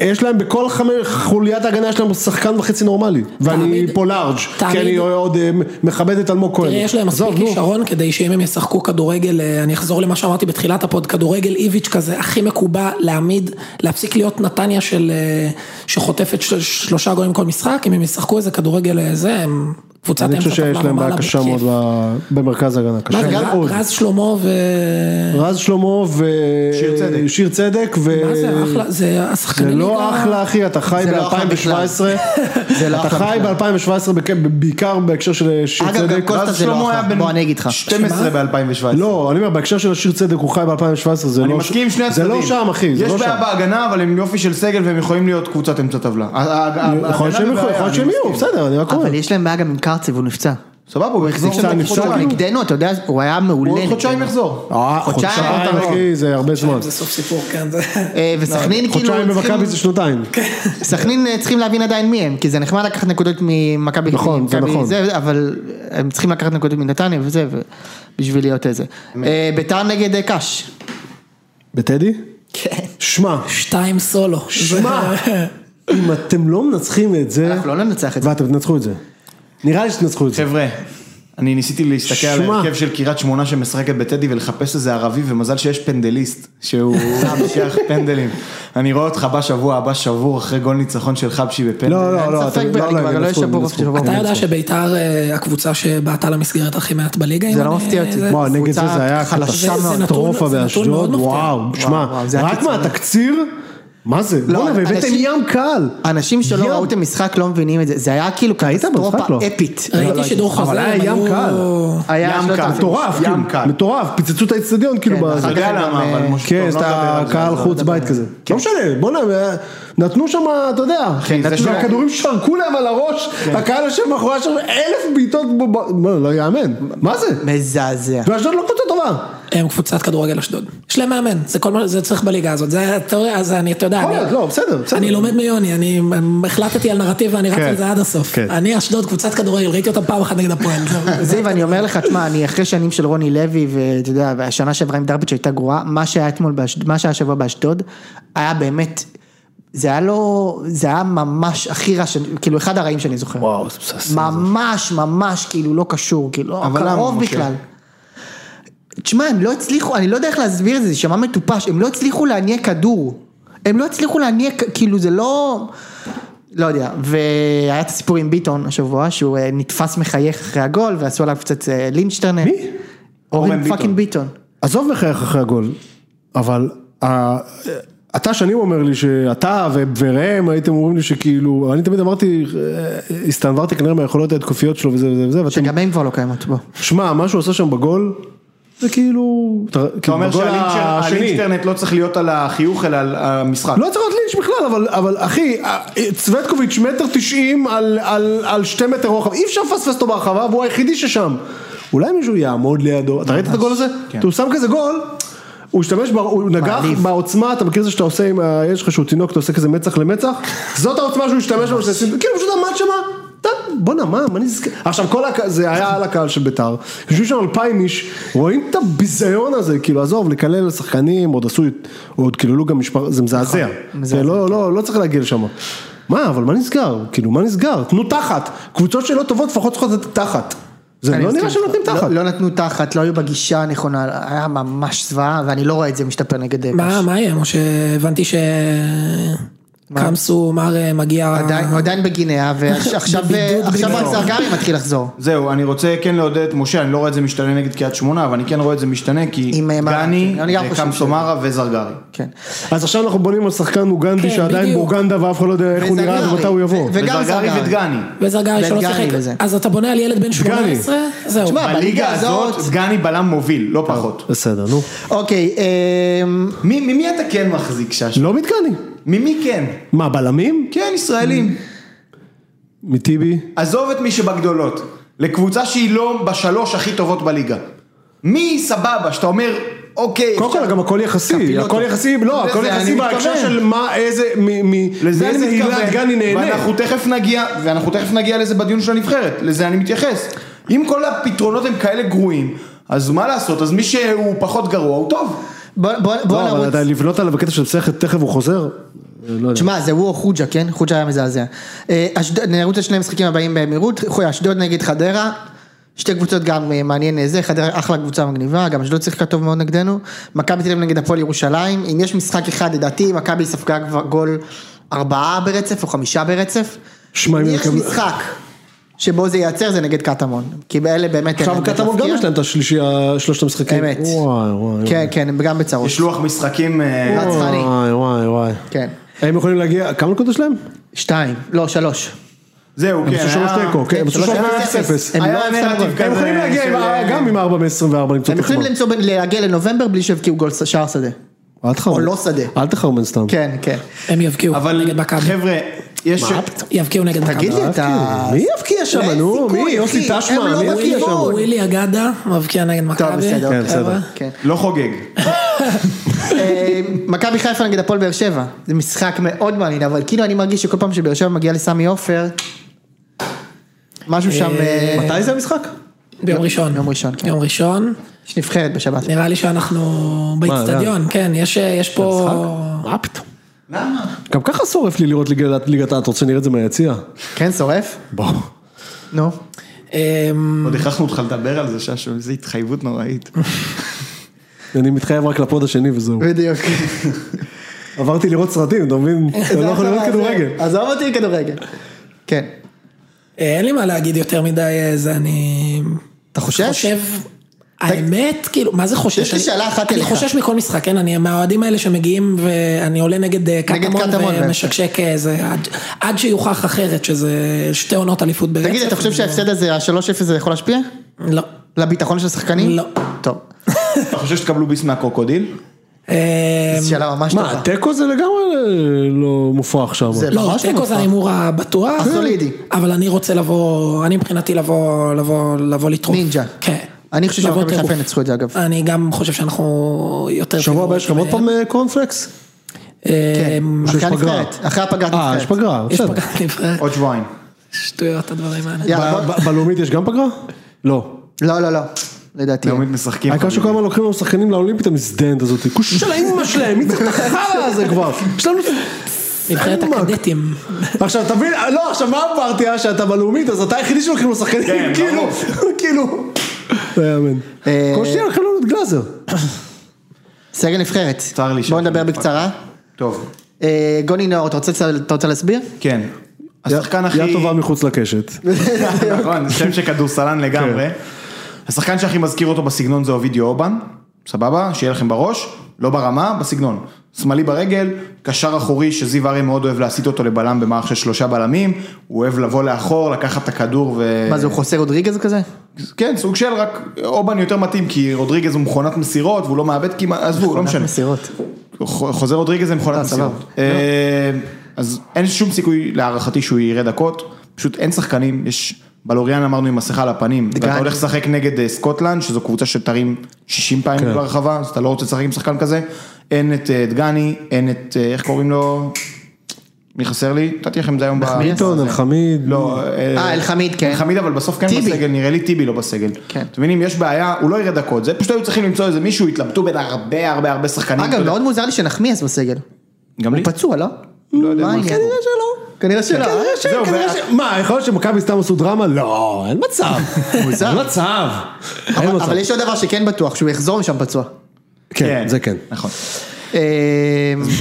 יש להם בכל חמי, חוליית ההגנה יש להם שחקן וחצי נורמלי. ואני תמיד- פה לארג', תמיד- כי אני עוד אה, מכבד את אלמוג כהן. תראה, יש להם מספיק עזוב, נו. כישרון כדי שאם הם ישחקו כדורגל, אה, אני אחזור למה שאמרתי בתחילת הפוד, כדורגל איביץ' כזה הכי מקובע להעמיד, להפסיק להיות נתניה של, אה, שחוטפת של, שלושה גולים כל משחק, אם הם ישחקו איזה כדורגל אה, זה, הם קבוצת אני חושב טבלה שיש להם בעיה ומעלה קשה בכיף. מאוד ב- במרכז ההגנה. מה קשה זה, מאוד. ר- כן. רז שלמה ו... רז שלמה ו... שיר צדק. שיר צדק ו... מה זה אחלה, זה השחקנים... אה, זה לא ליגה- אחלה אחי, אתה חי זה לא אחלה ב-2017, (laughs) זה לא אתה אחלה חי בכלל. ב-2017 בעיקר בהקשר של אה, שיר אגב, גם צדק, קוסטה אז זה לא שלמה היה אחלה, בן בוא אני אגיד לך. 12 ב-2017. לא, אני אומר, בהקשר של השיר צדק הוא חי ב-2017, זה לא... אני ש- מסכים עם שני זה הצדדים. לא שם, אחי, זה יש לא שם. בעיה בהגנה, אבל הם יופי של סגל והם יכולים להיות קבוצת אמצע טבלה. ה- ה- ההגנה יכול להיות שהם בבעיה, יוכלו, יכול להיות אני שהם יהיו, מסכים. בסדר, אני רק אומר. אבל יש להם בעיה גם עם קרצב, הוא נפצע. סבבה, הוא יחזור נפצע, עוד נפצע, חודשיים. כאילו. נגדנו, אתה יודע, הוא היה מעולה. הוא עוד חודשיים נגדנו. יחזור. אה, חודשיים, חודשיים, כאילו, אחי, זה הרבה זמן. זה סוף סיפור, כן. זה- אה, לא, וסכנין כאילו... חודשיים צריכים- במכבי זה שנתיים. כן. סכנין אה, צריכים להבין עדיין מי הם, כי זה נחמד לקחת נקודות ממכבי, נכון, זה ממכבי נכון. זה, אבל הם צריכים לקחת נקודות מנתניה וזה, ו- בשביל להיות איזה. אה, ביתר נגד אה, קאש. בטדי? כן. שמע, שתיים סולו. (laughs) שמע, אם אתם לא מנצחים את זה, אנחנו לא ננצח את זה. ואתם תנצחו את זה. נראה לי שתנצחו את זה. חבר'ה, אני ניסיתי להסתכל על שמע. ההרכב של קריית שמונה שמשחקת בטדי ולחפש איזה ערבי, ומזל שיש פנדליסט, (laughs) שהוא לוקח פנדלים. אני רואה אותך בשבוע הבא שבור אחרי גול ניצחון של חבשי בפנדל. לא, לא, כן, אין לא, אתם ספק, אני לא, כבר לא, הם לא ינצחו, הם אשבור ינצחו. אף שבוע. אתה יודע שביתר אה, הקבוצה שבעטה למסגרת הכי מעט בליגה? אם לא אני- מפתיע אותי. זה- וואו, נגד זה קבוצה זה היה חלשה חלשה מאוד. זה- זה מהטרופה נתון- זה נתון באשדוד, מאוד מפתיע. וואו, שמע, וואו, זה היה רק קיצוני. מהתקציר, מה זה? לא, בוא'נה, והבאתם אנשים- ים קהל. אנשים שלא ים. ראו את המשחק לא מבינים את זה, זה היה כאילו היית במשחק? קטסטרופה לא. אפית. לא, לא ראיתי שידור הייתי. חוזר, אבל היה הם ים היו- קהל. היה ים שלושת קהל. אלפים. מטורף, ים כאילו, קל. מטורף, פיצצו את האצטדיון, כאילו, כן, ב- אחר אתה יודע גם, למה, אה, אבל משה, כן, טוב, יש לא את נדבר על זה. הקהל חוץ בית כזה. לא משנה, בוא'נה, נתנו שם, אתה יודע, זה נתנו- שלהם. הכדורים שרקו להם על הראש, כן. הקהל יושב מאחורי השם אלף בעיטות, ב- ב- בוא'נה, לא יאמן, מה זה? מזעזע. ואשדוד לא קבוצה טובה. הם קבוצת כדורגל אשדוד. יש להם מאמן, זה כל מה, זה צריך בליגה הזאת. זה התיאוריה, אז אני, אתה יודע, יכול להיות, אני- לא, בסדר, בסדר. אני לומד מיוני, אני החלטתי על נרטיב ואני רץ כן. על זה עד הסוף. כן. אני אשדוד קבוצת כדורגל, ראיתי אותם פעם אחת נגד הפועל. זהו. זיו, אני אומר לך, תשמע, אני אחרי שנים של רוני לוי, ואתה יודע, והשנה שעברה עם דרביץ' הייתה גרועה, מה שהיה אתמול, באשד- מה שהיה השבוע באשדוד, היה באמת, זה היה לא, זה היה ממש הכי רע, שאני- כאילו אחד הרעים שאני זוכר. וואו, זה מבסס. ממש, ממש, כאילו לא קשור, כאילו, לא אבל למה, קרוב משה? בכלל. תשמע, הם לא הצליחו, אני לא יודע איך להסביר את זה, זה שמע מטופש, הם לא הצליחו להניע כדור. הם לא הצליחו להניע, כ- כאילו זה לא... לא יודע, והיה את הסיפור עם ביטון השבוע, שהוא אה, נתפס מחייך אחרי הגול, ועשו עליו קצת אה, לינשטרנר. מי? אורן אורן ביטון. פאקינג ביטון. עזוב מחייך אחרי הגול, אבל ה- אתה שנים אומר לי שאתה ו- וראם הייתם אומרים לי שכאילו, אני תמיד אמרתי, אה, הסתנוורתי כנראה מהיכולות ההתקפיות שלו וזה וזה וזה, ואתם, שגם הם כבר לא קיימות, בוא. שמע, מה שהוא עושה שם בגול, זה כאילו, אתה אומר שהלינצ'רנט לא צריך להיות על החיוך אלא על המשחק. לא צריך להיות לינץ' בכלל, אבל, אבל אחי, צוודקוביץ' מטר תשעים על, על, על שתי מטר רוחב, אי אפשר לפספס אותו ברחבה והוא היחידי ששם. אולי מישהו יעמוד לידו, אתה ראית את הגול הזה? כן. הוא שם כזה גול, הוא השתמש, ב- הוא נגח מעליב. בעוצמה, אתה מכיר את זה שאתה עושה עם הילד שלך שהוא תינוק, אתה עושה כזה מצח למצח? זאת העוצמה שהוא השתמש בה, שזה- כאילו פשוט עמד שמה. טאק, בואנה מה, מה נזכר, עכשיו כל הקהל, זה היה על הקהל של ביתר, יושבים שם אלפיים איש, רואים את הביזיון הזה, כאילו עזוב, לקלל לשחקנים, עוד עשו, עוד קיללו גם משפחה, זה מזעזע, נכון, מזעזע. כן. זה לא, לא, לא צריך להגיע לשם, מה, אבל מה נסגר, כאילו מה נסגר, תנו תחת, קבוצות שלא טובות לפחות צריכות לתת תחת, זה אני לא מסכים נראה שהם איתך. נותנים תחת, לא לא נתנו תחת, לא היו בגישה הנכונה, היה ממש זוועה, ואני לא רואה את זה משתפר נגד... אה, מה קש. מה יהיה, משה? הבנתי ש... קמסו, מר אה, מגיע... עדיין- הוא עדיין בגינאה, (laughs) ועכשיו בבידוד עכשיו בגינאה. אנסר גארי מתחיל לחזור. זהו, אני רוצה כן לעודד את משה, אני לא רואה את זה משתנה נגד קריית שמונה, אבל אני כן רואה את זה משתנה כי עם, אה, מה- גני, אני גם חושב קמסומרה וזרגרי. כן. אז עכשיו אנחנו בונים על שחקן אוגנדי כן, שעדיין בדיוק. באוגנדה ואף אחד לא יודע איך הוא נראה וזרגרי. ומתי הוא יבוא. ו- וגם וזרגרי זרגרי. ודגני. וזרגרי שלא ודגני שיחק. וזה. אז אתה בונה על ילד בן 18? זהו. תשמע, בליגה הזאת גני בלם מוביל, לא פחות. בסדר, נו. אוקיי, אמ, מי- ממי אתה כן מחזיק שש? לא מתקני. ממי כן? מה, בלמים? כן, ישראלים. מטיבי? עזוב את מי שבגדולות, לקבוצה שהיא לא בשלוש הכי טובות בליגה. מי סבבה, שאתה אומר, אוקיי, קודם כל, גם הכל יחסי. קפילוטו. הכל יחסי, לא, לזה הכל אני יחסי בהקשר מתכוון. של מה, איזה, מ- מ- לזה מאיזה אני הילת מתכוון, גני נהנה. ואנחנו תכף נגיע, ואנחנו תכף נגיע לזה בדיון של הנבחרת, לזה אני מתייחס. אם כל הפתרונות הם כאלה גרועים, אז מה לעשות, אז מי שהוא פחות גרוע הוא טוב. בוא- בוא בוא לא, אבל נרוץ. עדיין לבנות עליו בקטע של שכל, תכף הוא חוזר. לא יודע. תשמע, זה וו חוג'ה, כן? חוג'ה היה מזעזע. אה, אשדוד- נרוץ לשני המשחקים הבאים במהירות, חו- אשדוד נגד חדרה, שתי קבוצות גם אה, מעניין אה, זה, חדרה אחלה קבוצה מגניבה, גם אשדוד שיחקה טוב מאוד נגדנו, מכבי תל אביב נגד הפועל ירושלים, אם יש משחק אחד לדעתי, מכבי ספגה כבר גול ארבעה ברצף או חמישה ברצף, שמע, אם אם יש יקבל- משחק שבו זה ייעצר זה נגד קטמון, כי באלה באמת... אין עכשיו להם בית קטמון גם להפקיע. יש להם את השלישייה, שלושת המשחקים. אמת. כן, וואי, וואי. כן, כן, הם גם בצרות. יש לוח משחקים... אה, רץ. רצחני. וואי, וואי, וואי. כן. הם יכולים להגיע, כמה נקודות יש להם? שתיים, לא, שלוש. זהו, כן. הם עשו שלוש היה- תיקו, כן, הם עשו שלוש שלוש אפס. אפס. הם היה לא נרטיב הפסדנו כזה הם יכולים להגיע עם- אה, של- גם עם 4 מ-24 למצוא הם יכולים תחמון. למצוא, בין- להגיע לנובמבר בלי שיבקיעו גול שער שדה. אל תחרמן. או לא שדה. אל תחרמן סתם. כן, כן. הם יבקיעו אבל נגד מכבי. חבר'ה, יש... יבקיעו נגד מכבי. תגיד לי, אתה... אה, כן, מי יבקיע שם, אין נו? סיכוי, מי? יוסי אחי. טשמן, הם לא מי יבקיע בכיוון. שם? ווילי אגדה מבקיע נגד מכבי. טוב, בסדר. כן, בסדר. חבר'ה. כן. לא חוגג. אה, מכבי חיפה נגד הפועל באר שבע. זה משחק מאוד מעניין, אבל כאילו אני מרגיש שכל פעם שבאר שבע מגיע לסמי עופר, משהו שם... אה, מתי זה המשחק? ביום ראשון. יום ראשון, כן. יום ראשון. יש נבחרת בשבת. כן. נראה לי שאנחנו אה? באיצטדיון, כן, יש יש פה... מה פתאום? למה? גם ככה שורף לי לראות ליגת- ליגת העל, אתה רוצה שנראה את זה מהיציע? כן, שורף? בוא. נו. אמ, עוד הכרחנו אותך לדבר על זה, ששו, איזו התחייבות נוראית. אני מתחייב רק לפוד השני וזהו. בדיוק. עברתי לראות סרטים, אתה (laughs) מבין? אני לא יכול לראות כדורגל. עזוב אותי כדורגל. כן. אה, אין לי מה להגיד יותר מדי אה, זה, אני... אתה חושש? חושב... האמת, כאילו, מה זה חושש? יש לי אני- שאלה אחת אני אליך. חושש מכל משחק, כן? אני מהאוהדים האלה שמגיעים ואני עולה נגד אה, קטמון קטמון, ומשקשק איזה... עד- עד שיוכח אחרת, שזה שתי עונות אליפות ברצף. תגיד, אתה חושב שההפסד הזה, ה-3-0 הזה יכול להשפיע? לא. לביטחון של השחקנים? לא. טוב. אתה חושב שתקבלו ביס מהקרוקודיל? אה, זו שאלה ממש טובה. מה, תיקו זה לגמרי אה, לא מופרך שם. זה לא, ממש לא תיקו מופרך. זה ההימור הבטוח. הסולידי. אבל אני רוצה לבוא, אני מבחינתי לבוא, לבוא, לבוא לטרוף. נינג'ה. כן. אני חושב לבוא שמכבי חיפה טירוף. ינצחו את זה, אגב. אני גם חושב שאנחנו יותר... שבוע הבא יש לכם עוד פעם אה, קורנפלקס? אה, אחרי שיש פגרה. הנבחרת, אחרי הפגרת כן. אה, יש נבחרת. פגרה, יש בסדר. פגרה נבחרת. עוד שבועיים. שטויות הדברים האלה. יאללה, ב- בוא- ב- בלאומית יש גם פגרה? לא. לא, לא, לא. לדעתי. לאומית כן, משחקים. העיקר שכל הזמן לוקחים לנו שחקנים לאולימפית המזדיינת הזאת. כוש של האמא שלהם, מי צריך את החרא הזה כבר? יש לנו... נבחרת פיימק. הקדטים. עכשיו תבין, לא, עכשיו מה הפרטיה שאתה בלאומית, אז אתה היחידי שלוקחים לו כן, שחקנים, כאילו, כאילו. לא יאמן. אה, כל שניה הולכים לנו את גלאזר. סגל נבחרת. צר לי לא בואו שאני- נדבר בקצרה. טוב, אה, גוני נאור, אתה רוצה- אתה רוצה להסביר? כן. השחקן הכי... יד טובה מחוץ לקשת. (laughs) נכון, זה שם שכדורסלן כן. לגמרי. השחקן שהכי מזכיר אותו בסגנון זה אובידיו אובן, סבבה? שיהיה לכם בראש, לא ברמה, בסגנון. שמאלי ברגל, קשר אחורי שזיו אריה מאוד אוהב להסיט אותו לבלם במערך של שלושה בלמים, הוא אוהב לבוא לאחור, לקחת את הכדור ו... מה זה, הוא חוסר רודריגז כזה? כן, סוג של, רק אובן יותר מתאים, כי רודריגז הוא מכונת מסירות, והוא לא מאבד כמעט, עזבו, לא משנה. מסירות. חוזר רודריגז זה מכונת אה, סבבה. מסירות. אה, אז אין שום סיכוי להערכתי שהוא יראה דקות, פשוט אין שחקנים, יש, בלוריאן אמרנו עם מסכה על הפנים, ואתה דגני. הולך לשחק נגד אה, סקוטלנד, שזו קבוצה שתרים 60 פעמים כן. ברחבה, אז אתה לא רוצה לשחק עם שחקן כזה, אין את אה, דגני, אין את, אה, איך קוראים לו? מי חסר לי? נתתי לכם את זה היום ב... ביטון, אלחמיד. לא, אה, אלחמיד, כן. אלחמיד אבל בסוף כן טיבי. בסגל, נראה לי טיבי לא בסגל. כן. אתם מבינים, יש בעיה, הוא לא יראה דקות, זה פשוט היו צריכים למצוא איזה מישהו, התלבטו בין הרבה הרבה הרבה שחקנים. אתה לא אגב, יודע. לא מאוד מוזר לי שנחמיאס בסגל. גם לי. הוא פצוע, לא? לא יודע מה מה העניין? הסיפור. כן, כנראה שלא. כנראה ש- זהו, אה, כנראה וה- ש- מה, יכול להיות שמכבי סתם עשו דרמה? לא, אין (laughs) מצב. אין מצב. אין אבל- מצב. אבל יש עוד דבר שכן בטוח, שהוא יחזור משם פצוע. כן, זה כן. נכון. אה,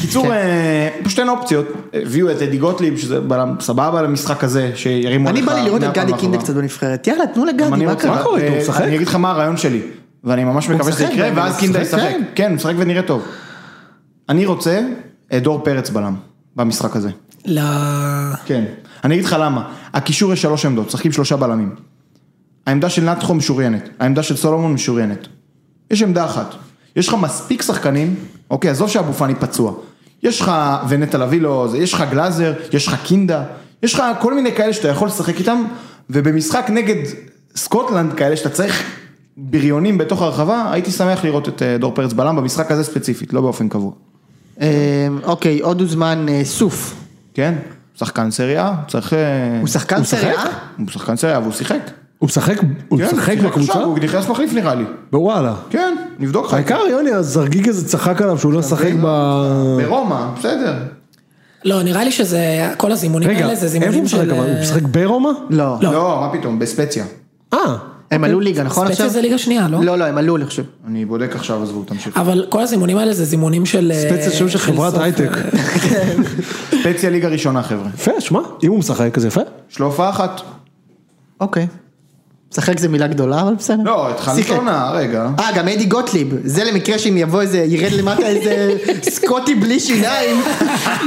קיצור, כן. אה, פשוט אין אופציות. הביאו את אדי גוטליב, שזה בלם סבבה למשחק הזה, שירימו אני עליך בא לי לראות את מאה פעם גדי קינדה מאחורה. קצת בנבחרת, יאללה תנו גם לגדי, אני מה רוצה- קרה? קורה איתו? הוא אה, משחק? אני אגיד לך מה הרעיון שלי, ואני ממש מקווה שזה משחק, יקרה, אבל ואז הוא קינדה משחק, ישחק. כן. כן, הוא משחק ונראה טוב. אני רוצה את דור פרץ בלם, במשחק הזה. ל... כן. אני אגיד לך למה. הקישור יש שלוש עמדות, משחקים שלושה בלמים. העמדה של נתחו משוריינת, העמדה של סולומון משוריינת. יש עמדה אחת. יש לך מספיק שחקנים, אוקיי, עזוב שאבו פאני פצוע. יש לך ונטע לביא לא, זה, יש לך גלאזר, יש לך קינדה, יש לך כל מיני כאלה שאתה יכול לשחק איתם, ובמשחק נגד סקוטלנד כאלה שאתה צריך בריונים בתוך הרחבה, הייתי שמח לראות את אה, דור פרץ בלם במשחק הזה ספציפית, לא באופן קבוע. אה, אוקיי, עוד הוזמן אה, סוף, כן? שחקן סריה, צריך... אה, הוא שחקן הוא שיחק? סריה? הוא שחקן סריה, והוא שיחק. הוא משחק, הוא כן, משחק שיחק בקבוצה? אה. עכשיו, הוא נכנס מחליף נראה לי. וואלה. כן, נבדוק לך. העיקר יוני הזרגיג הזה צחק עליו שהוא לא שחק ב... ברומא, בסדר. לא, נראה לי שזה, כל הזימונים רגע, האלה זה איפה הוא זימונים של... אה, משחק אבל? הוא משחק ברומא? לא, לא. לא, מה פתאום, בספציה. אה, הם עלו ליגה נכון ספציה עכשיו? זה ליגה שנייה, לא? לא, לא, הם עלו אני חושב. אני בודק עכשיו, עזבו, תמשיך. אבל כל הזימונים האלה זה זימונים של... אה, ספציה שם של חברת סופר. הייטק. ספציה ליגה ראשונה, חבר'ה. יפה, שמע, אם הוא משחק אז יפה. יש לו הופעה אחת. אוקיי. משחק זה מילה גדולה, אבל בסדר. לא, התחלנו את שיחק. העונה, רגע. אה, גם אדי גוטליב, זה למקרה שאם יבוא איזה, ירד למטה איזה (laughs) סקוטי בלי (laughs) שיניים,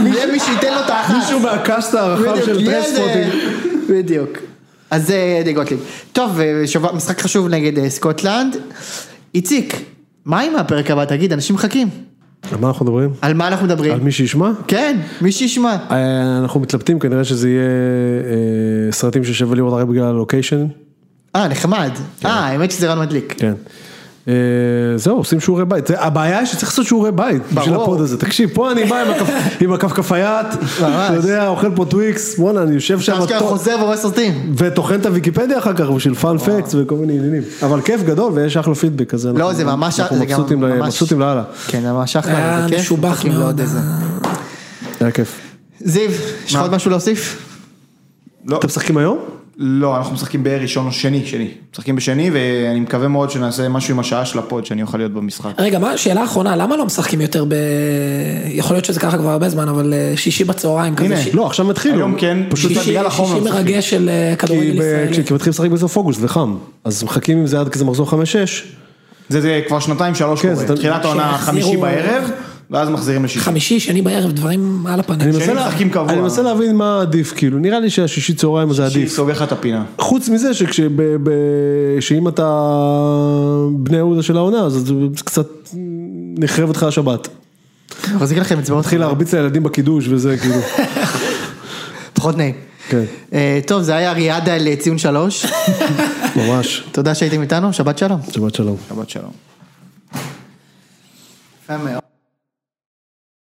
יהיה מי שייתן לו את האחת. מישהו מהקאסט הרחב בדיוק, של יהיה איזה- טרנספוטים. בדיוק. אז זה אדי גוטליב. טוב, אה, שוב- משחק חשוב נגד אה, סקוטלנד. איציק, מה עם הפרק הבא? תגיד, אנשים מחכים. על מה אנחנו מדברים? על מה אנחנו על מדברים? מי שישמע? כן, מי שישמע. אה, אנחנו מתלבטים, כנראה שזה יהיה אה, סרטים ששווה לראות רק בגלל הלוקיישן. אה, נחמד. אה, האמת שזה רן מדליק. כן. אה, זהו, עושים שיעורי בית. זה- הבעיה היא שצריך לעשות שיעורי בית בשביל הפוד הזה. תקשיית, פה אני בא עם הכפ- עם הכפכפיית, אתה יודע, אוכל פה טוויקס, וואלה, אני יושב שם, אתה אשכרה טוב, חוזר ורואה סרטים. וטוחן את הוויקיפדיה אחר כך בשביל פאנפקס וכל מיני עניינים. אבל כיף גדול ויש אחלה פידבק, אז אנחנו לא, זה ממש... אנחנו זה גם מבסוטים ל- ממש- מבסוטים לאללה. כן, ממש אחלה. היה זה כיף. אה, משובח מחכים מאוד. לעוד איזה. היה כיף. זיו, יש לך עוד משהו להוסיף? לא, אתם משחקים היום? לא, אנחנו משחקים בראשון או שני, שני. משחקים בשני, ואני מקווה מאוד שנעשה משהו עם השעה של הפוד, שאני אוכל להיות במשחק. רגע, מה, שאלה אחרונה, למה לא משחקים יותר ב... יכול להיות שזה ככה כבר הרבה זמן, אבל אה, שישי בצהריים כזה. הנה, ש- לא, עכשיו מתחילו. היום כן, פשוט שישי- בגלל החום שישי לא משחקים. מרגש של אה, כי כדורגל ב- ישראלי. כי מתחילים לשחק בסוף אוגוסט וחם. אז מחכים עם זה עד כזה מחזור 5-6. זה- זה כבר שנתיים, שלוש כן, קורה. זה- תחילת העונה שיחזירו- חמישי בערב, ואז מחזירים לשישי. חמישי, שני בערב, דברים על הפנים. אני מנסה לה- משחקים קבוע. אני מנסה להבין מה עדיף, כאילו, נראה לי שהשישי צהריים זה שישי עדיף. סוגר לך את הפינה. חוץ מזה שכש... ב- ב- שאם אתה בני יהודה של העונה, אז זה קצת נחרבת לך השבת. מחזיק לכם אצבעות מתחיל להרביץ לילדים בקידוש וזה, כאילו. (laughs) פחות נעים. כן, אה, טוב, זה היה אריאדה על אה, ציון שלוש. (laughs) ממש. תודה שהייתם איתנו, שבת שלום. שבת שלום. שבת שלום. יפה מאוד.